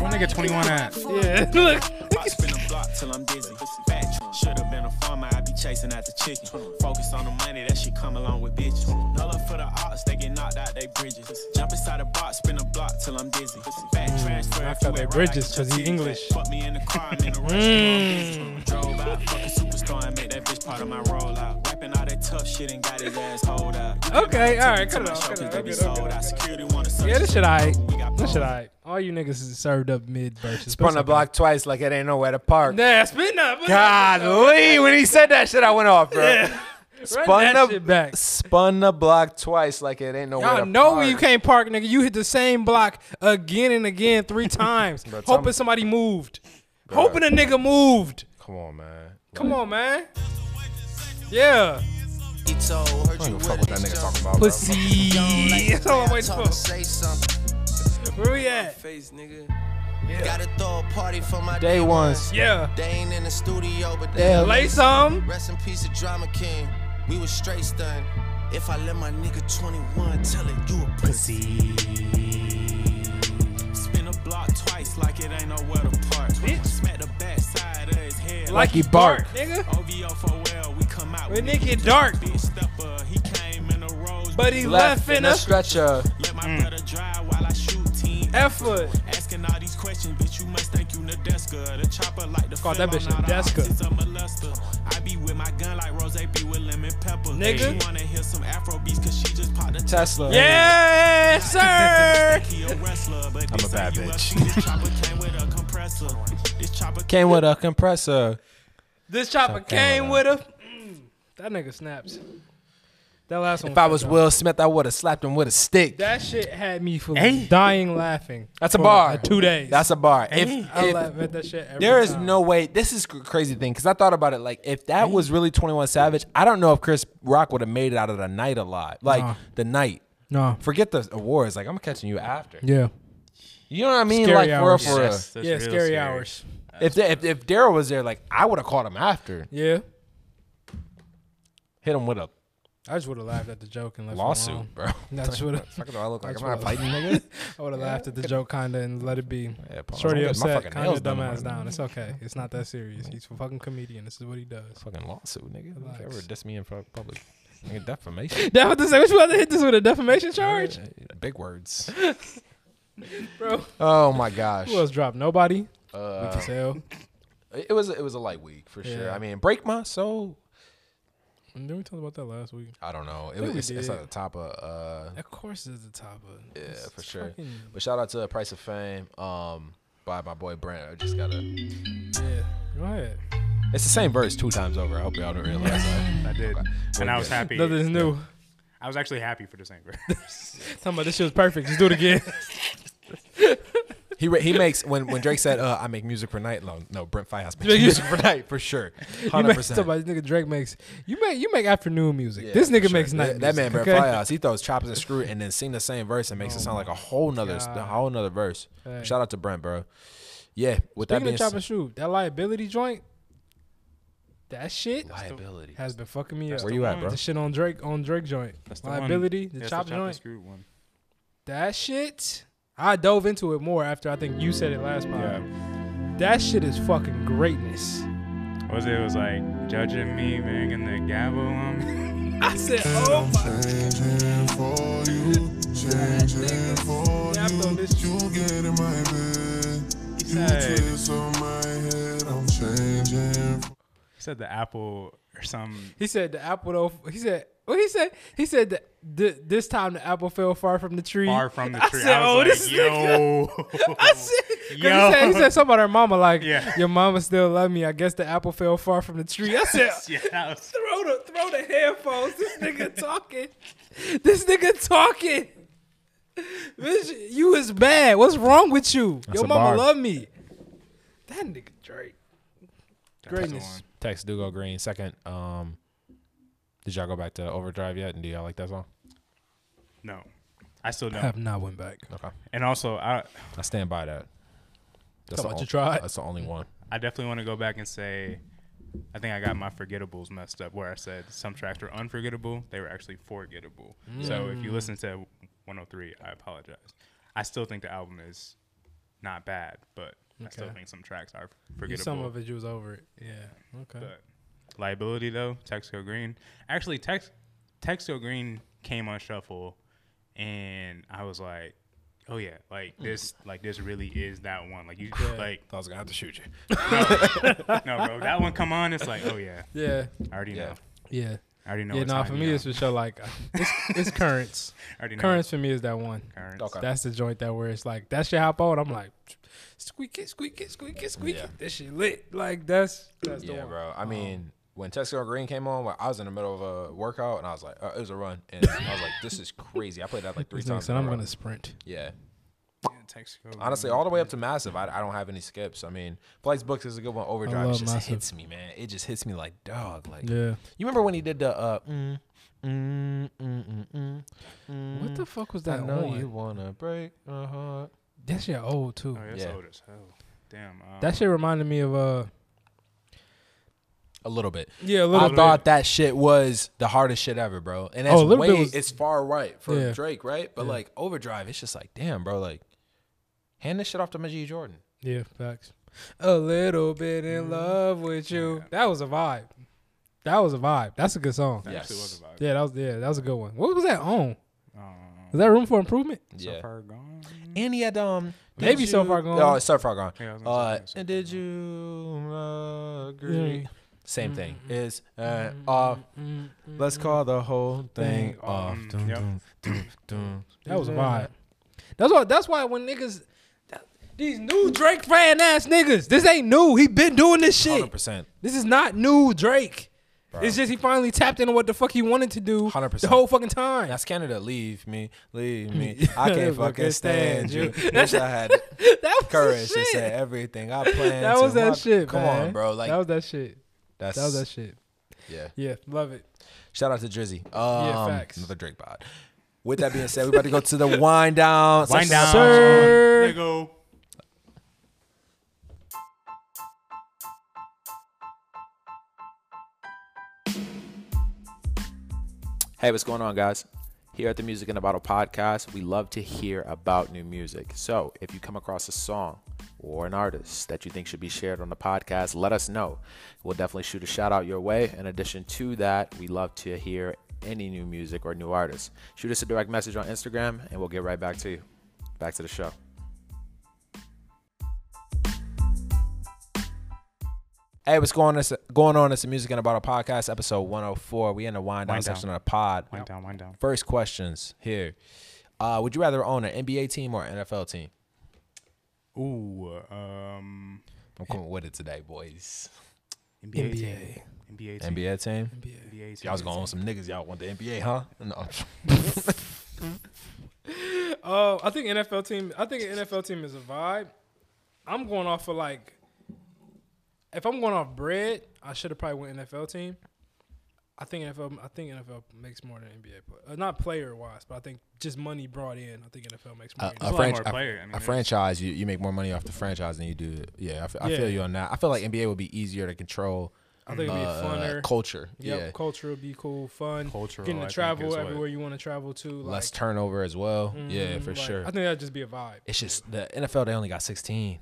Where nigga 21 at? Yeah, look. I spin a block till I'm dizzy. Batch Should've been a farmer, I be chasing after chicken. Focus on the money, that shit come along with bitches. No love for the arts, they get knocked out they bridges. Jump inside the box, spin a block till I'm dizzy. Back transfer, Mm, Knocked out their bridges because he English. Mm. Fuck me in the car, I'm in the restaurant. Drove out, fucking superstar and made that bitch part of my rollout. Rapping all that tough shit and got his ass hold up. Okay, all right, cut Took it me to my off, cut show 'cause it they off, be get it off, sold get it out. off. Security wanna search Yeah, this us. shit alright. We got This shit problems. alright. All you niggas is served up mid verses. Spun the block twice like it ain't nowhere to park. Nah, spin up. Golly, when he said that shit, I went off, bro. Spun that the shit back. spun the block twice like it ain't nowhere Y'all to know park. you can't park, nigga. You hit the same block again and again three times, tell hoping me- somebody moved, hoping a nigga moved. Come on, man. Come on, man. Yeah, It's all hurt I don't give a fuck what that nigga talking about. bro. pussy. That's all I'm waiting for. Say something. Where we at? Face, nigga. Got to throw a party for my Day ones. Yeah. They ain't in the studio, but Yeah. they Lay some. Rest in peace, the drama king. We was straight stunned. If I let my nigga 21 tell it, you a pussy. Spin a block twice like it ain't nowhere to park. Smack the back side of his head oh, Like he bark, nigga. OVO for well, we come out When with it get dark, Big stepper, he came in a rose. but he left, in a stretcher. Let my brother drive while I shoot team. effort. Asking all these questions, bitch, you must think you Nadeska. The chopper like the Call that fill, bitch I'm not a Nadeska. ox, it's a molester. I be with my gun like Rose be with lemon pepper. Nigga. She wanna hear some Afro beats cause she just popped a Tesla. Yes, sir. He a wrestler, but I'm a this bad ain't bitch. UFC. This chopper came with a compressor. This chopper Came with a compressor. This chopper came with a. Mm. That nigga snaps. That last one. If I was dope. Will Smith, I would have slapped him with a stick. That shit had me for Hey. dying laughing. That's a for uh, bar. Two days. That's a bar. If, I if- laugh at that shit. Every there is time. no way. This is cr- crazy thing because I thought about it. Like, if that was really Twenty One Savage, I don't know if Chris Rock would have made it out of the night alive. Like Nah. the night. no. Forget the awards. Like I'm catching you after. Yeah. You know what I mean? Scary like for real, hours. for real. That's- that's yeah. real Scary, hours. If they, if if Daryl was there, like I would have caught him after. Yeah. Hit him with a I just would have laughed at the joke and left It alone. lawsuit, bro. That's what. I- Fucking do I look like? That's I'm not what I- fighting, nigga. I would have laughed at the joke kinda and let it be. Yeah, pause. I'm Shorty getting my upset, fucking kinda nails done dumbass tomorrow. down. It's okay. It's not that serious. He's a fucking comedian. This is what he does. Fucking lawsuit, nigga. Don't Relax. ever diss me in fu- public. Nigga, defamation. That what to say? What you about to hit this with a defamation charge, Big words. bro? Oh my gosh. Who else dropped? Nobody. we Uh, can tell. it was it was a light week for sure. Yeah. I mean, break my soul. And then we talked about that last week. I don't know. It think was we it's, it's did. at the top of uh Of course, it's the top of. yeah, it's for sure. fucking- But shout out to the Price of Fame um by my boy Brent. I just got to Yeah. Go ahead. It's the same verse two times over. I hope y'all don't realize that. I did, and I was happy. Nothing's new. I was actually happy for the same verse. Talking about this shit was perfect. Just do it again. He re- he makes when when Drake said uh, I make music for night. No, no Brent Fias makes music for night for sure. You Hundred make talking percent. about this nigga Drake makes you make you make afternoon music. Yeah, this nigga for makes sure. night. That, that man, music, Brent okay? Fias, he throws choppers and screw and then sing the same verse and makes it sound like a whole nother God. a whole nother verse. Hey. Shout out to Brent, bro. Yeah, Speaking with that of being chop said, and shoot, that liability joint, that shit liability. has been fucking me up. Where you at, one. bro? The shit on Drake on Drake joint, That's the liability, one. the Yes, chop and joint, screw one. that shit. I dove into it more after I think you said it last time. That shit is fucking greatness. What Was it? It was like judging me, banging the gavel um, on me. I said, oh my. Changing for you, changing for Snapped on this you. You get in my bed. You Hey. twist on my head. I'm changing. He said the apple or some. He said the apple though. He said, well, he said, he said that th- this time the apple fell far from the tree. Far from the I tree. said, I was "Oh, like, this yo. I said, 'cause Yo. He, said, he said something about her mama, like, Yeah. your mama still love me. I guess the apple fell far from the tree. I said, yeah, that was- throw the throw the headphones. This nigga talking. This nigga talking. Bitch, you is bad. What's wrong with you? your a mama bar. love me. That nigga Drake. that was the Greatness. one. Tex Dugo Green. Second, um, did y'all go back to Overdrive yet? And do y'all like that song? No, I still I don't. have not went back. Okay, And also, I I stand by that. That's Talking about on- you tried? That's the only one. I definitely want to go back and say, I think I got my forgettables messed up where I said some tracks were unforgettable. They were actually forgettable. So if you Mm. listen to 103, I apologize. I still think the album is not bad, but I still think some tracks are You- forgettable. Some of it you was over it. Yeah. Okay. But liability though, Texco Green. Actually, Tex Texco Green came on shuffle, and I was like, "Oh yeah, Mm. like this, like this really is that one." Like you, like I was gonna have to shoot you. No, no, bro, that one come on. It's like, oh yeah, Yeah. I already know. Yeah. I already know. Yeah, what nah, time for you me, know. it's for sure like it's, it's currents. I already know. currents for me is that one. Currents. Okay. That's the joint that where it's like that shit hop on. I'm like, squeak it, squeak it, squeak it, squeak it. This shit lit. Like that's that's the yeah, one. Um, bro. I mean, when Texas Green came on, well, I was in the middle of a workout and I was like, uh, it was a run, and I was like, this is crazy. I played that like three This nigga times. said, in a "I'm row." gonna sprint." Yeah. Texaco Honestly, Green. all the way up to Massive, I, I don't have any skips. I mean, Flex Books is a good one. Overdrive love just Massive. hits me, man. It just hits me like dog. Like, Yeah. You remember when he did the uh, mm, mm, mm, mm, mm, What the mm, fuck was that I know on? you wanna break my heart. That shit old too. Oh, yeah, it's Yeah. old as hell. Damn. Um, That shit reminded me of uh A little bit. Yeah, a I little bit. thought that shit was the hardest shit ever, bro. And that's Oh, a little way bit was- it's far right for Yeah. Drake, right? But Yeah. like Overdrive, it's just like, damn, bro, like hand this shit off to Majee Jordan. yeah facts. A little bit Mm-hmm. in love with you. That was a vibe. That was a vibe. That's a good song. That actually was a vibe. Yeah, that was yeah, that was a good one. What was that on? was that room for improvement? Yeah. far gone. And he had um Maybe did so you- far gone. Oh, it's so far gone. Yeah, I was gonna uh, and did you agree? Yeah. Same thing. It's uh, off. Let's call the whole thing Thing off. off. Dun, Yep. dun, dun, dun. That was a vibe. That's why. That's why when niggas, that- these new Drake fan ass niggas, this ain't new. He been doing this shit. 100%. This is not new Drake. It's just he finally tapped into what the fuck he wanted to do 100%. the whole fucking time. That's Canada. Leave me, leave me. I can't fucking stand you. That Wish shit- I had that was courage the to say shit. everything I planned. That was to that my- shit. Come man. on, bro. Like that was that shit. that's That was that shit. Yeah. Yeah, love it. Shout out to Drizzy. Um, Yeah, facts. Another Drake pod. With that being said, we about to go to the wind down. Wind down. Sir. Nigga. Hey, what's going on, guys? Here at the Music in a Bottle podcast, we love to hear about new music. So if you come across a song or an artist that you think should be shared on the podcast, let us know. We'll definitely shoot a shout out your way. In addition to that, we love to hear any new music or new artists. Shoot us a direct message on Instagram and we'll get right back to you. Back to the show. Hey, what's going on? It's- Going on? It's the Music in a Bottle podcast, episode 104. We in the wind down Wind down. section of the pod. Wind down, wind down. First questions here. Uh, would you rather own an NBA team or an NFL team? Ooh. Um. I'm coming with it today, boys. NBA. NBA. NBA. team. NBA team. NBA team. Y'all was going on some niggas. Y'all want the NBA, huh? No. Oh, I think NFL team. I think an NFL team is a vibe. I'm going off for like, if I'm going off bread, I should have probably went NFL team. I think NFL. I think NFL makes more than NBA, play, uh, not player wise, but I think just money brought in. I think NFL makes more. a, than a, NBA. franch- more a- player. I a mean, it's- franchise, you, you make more money off the franchise than you do. Yeah, I, f- I Yeah. feel you on that. I feel like NBA would be easier to control. I think it'd be uh, funner. culture. Yep, Yeah, culture would be cool, fun. Cultural, getting I to think, travel is what- everywhere you want to travel to. Like, less turnover as well. yeah, mm, for like, sure. I think that'd just be a vibe. it's just the NFL. They only got 16.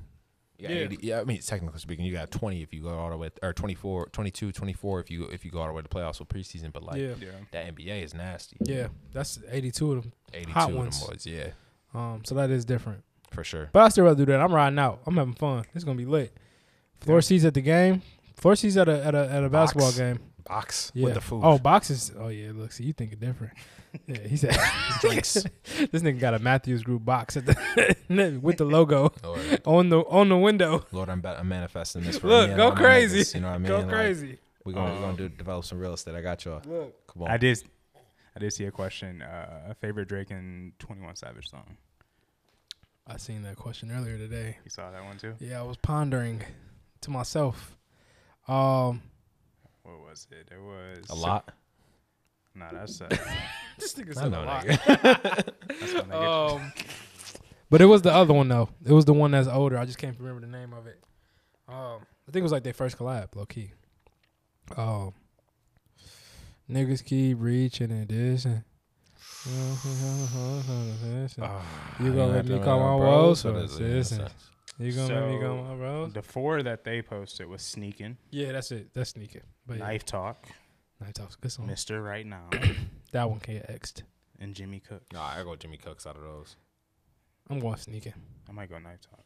You got Yeah. 80 yeah, I mean, technically speaking, you got 20 if you go all the way, or 24, 22, 24 if you if you go all the way to playoffs or preseason. But like Yeah. Yeah. that NBA is nasty. Yeah, that's 82 of them. 82 hot of them ones. boys. Yeah, Um, so that is different. for sure. But I still rather do that. I'm riding out. I'm having fun. It's gonna be lit. Floor seats at the game. Floor seats at a at a, at a basketball Box. game. Box Yeah. with the food. Oh, boxes. Oh yeah. Look, see, you thinking different. Yeah, he said. Drinks. this nigga got a Matthews Group box at the, with the logo Lord. on the on the window. Lord, I'm, ba- I'm manifesting this. For Look, me and go all my niggas, crazy. you know what I mean? Go Like, crazy. we gonna we gonna do, develop some real estate. I got y'all. Look. Come on. I did. I did see a question. Uh, favorite Drake and Twenty One Savage song. I seen that question earlier today. You saw that one too. Yeah, I was pondering to myself. Um, What was it? There was a lot. No, that's uh, this nigga I said a know, lot. nigga. that's when they get- Um, but it was the other one though. It was the one that's older. I just can't remember the name of it. Um, I think it was like their first collab, low key. Um, niggas keep reaching and dishing. You go I let me don't call my know, bro. woes. So So that's- yeah, this that's and- nice. You gonna make me go on my bros? The four that they posted was sneaking. Yeah, that's it. That's sneaking. But yeah. Knife talk. Knife talk's a good song. Mister right now. That one can get X'd. and Jimmy Cook. Nah, I go Jimmy Cooks out of those. I'm going sneaking. I might go knife talk.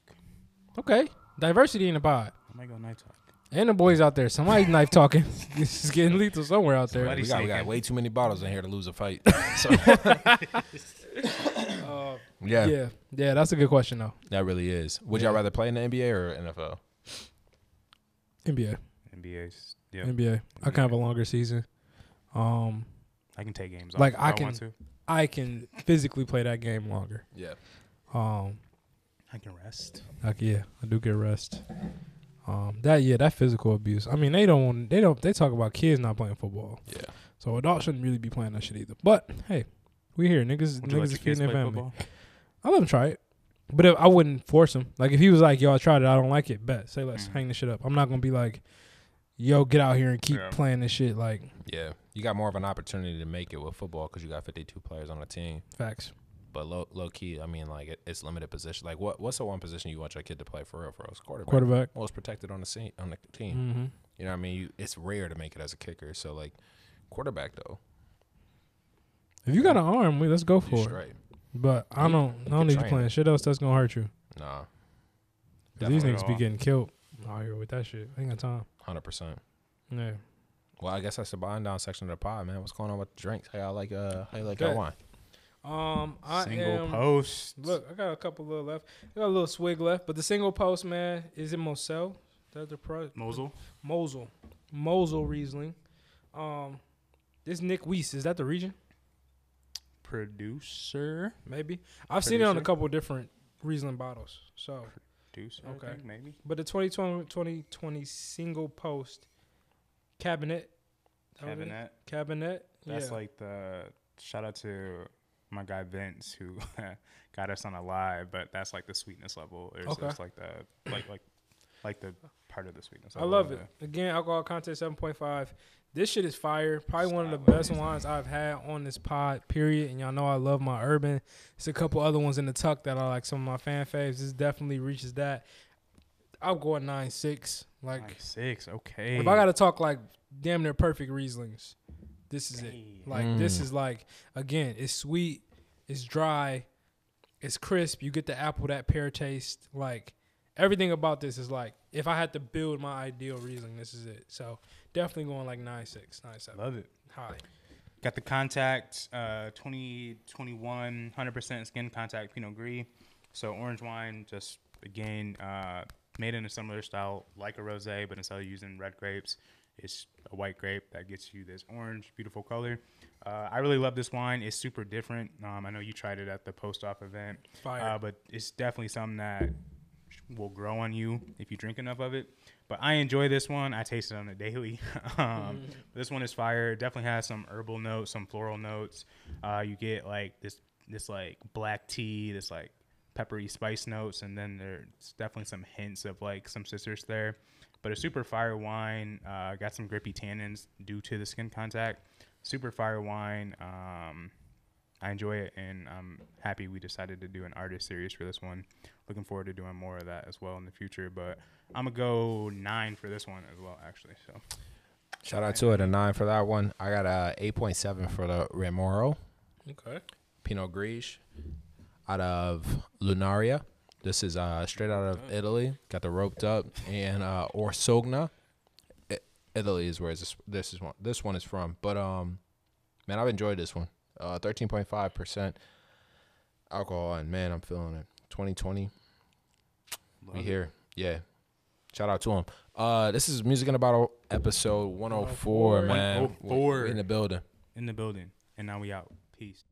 Okay. Diversity in the pod. I might go knife talk. And the boys out there. Somebody's knife talking. This is getting lethal somewhere out there. We got, we got way too many bottles in here to lose a fight. So Uh, Yeah. Yeah. Yeah, that's a good question though. that really is. Would y'all rather play in the NBA or NFL? NBA. NBA's. Yeah. NBA. I can have a longer season. Um I can take games off Like if I I can want to. I can physically play that game longer. Yeah. Um I can rest. Like yeah, I do get rest. Um, that yeah, that physical abuse. I mean, they don't. want- They don't. They talk about kids not playing football. Yeah. So adults shouldn't really be playing that shit either. But hey, we here, niggas. Would niggas you let is your feeding kids their play family. football? I let him try it, but if, I wouldn't force him. Like if he was like, "Yo, I tried it. I don't like it." Bet. Say, Mm. let's hang this shit up. I'm not gonna be like, "Yo, get out here and keep Yeah. playing this shit." Like Yeah. You got more of an opportunity to make it with football because you got 52 players on a team. Facts. But low, low key, I mean, like it, it's limited position. Like, what what's the one position you want your kid to play for real? For us, quarterback. Quarterback. Most protected on the scene, on the team. Mhm. You know, what I mean, you, it's rare to make it as a kicker. So, like, quarterback though, if you got an arm, we let's go for it. straight. But I You- don't. you I don't can need you train playing it. shit else that's gonna hurt you. nah, 'Cause These Definitely niggas be not. getting killed out here with that shit. I ain't got time. hundred percent. Yeah. Well, I guess that's the buying down section of the pod, man. What's going on with the drinks? How y'all like? Uh, how you like Okay. your wine? Um, I Single am- post. Look, I got a couple little left. I got a little swig left, but the single post, man, is it Mosel? That's the pro- Mosel? Mosel, Mosel Riesling. Um, this Nick Weiss is that the region? Producer. Maybe I've seen it on a Producer? couple different Riesling bottles. So Producer, I think, maybe. But the 2020, 2020 single post cabinet. that what it is? Cabinet. Cabinet. That's yeah. like the shout out to my guy Vince who got us on a live, but that's like the sweetness level. Or Okay. it's like the like like like the part of the sweetness. I level love of it. the- Again, alcohol content seven point five. This shit is fire. Probably one of the best wines I've had on this pod. Period. And y'all know I love my urban. It's a couple other ones in the tuck that are like some of my fan faves. This definitely reaches that. I'll go at nine six. Like six. Okay. if I gotta talk like damn near perfect Rieslings, this is it. Like this Mm. is like again, it's sweet, it's dry, it's crisp. You get the apple that pear taste. Like everything about this is like if I had to build my ideal Riesling, this is it. So definitely going like nine six, nine seven. Love it. High. Got the contact uh, 2021 100% skin contact Pinot Gris. So orange wine, just again uh, made in a similar style like a rosé, but instead of using red grapes, it's a white grape that gets you this orange, beautiful color. Uh, I really love this wine. It's super different. Um, I know you tried it at the post op event, Fire. Uh, but it's definitely something that will grow on you if you drink enough of it. But I enjoy this one. I taste it on the daily. um, Mhm. This one is fire. Definitely has some herbal notes, some floral notes. Uh, you get like this, this like black tea, this like peppery spice notes, and then there's definitely some hints of like some citrus there. But a super fire wine. Uh, got some grippy tannins due to the skin contact. Super fire wine. Um, I enjoy it, and I'm happy we decided to do an artist series for this one. Looking forward to doing more of that as well in the future. But I'm gonna go nine for this one as well, actually. So Shout out to it. A nine for that one. I got a eight point seven for the Remoro. Okay. Pinot Gris out of Lunaria. This is uh, straight out of Italy. Got the roped up and uh, Orsogna. I- Italy is where is this this is one this one is from. But um, man, I've enjoyed this one. Uh, thirteen point five percent alcohol, and man, I'm feeling it. Twenty twenty, we here. Yeah, shout out to him. Uh, this is music in a bottle episode one hundred four. Man, We- we 104. in the building. in the building, and now we out. Peace.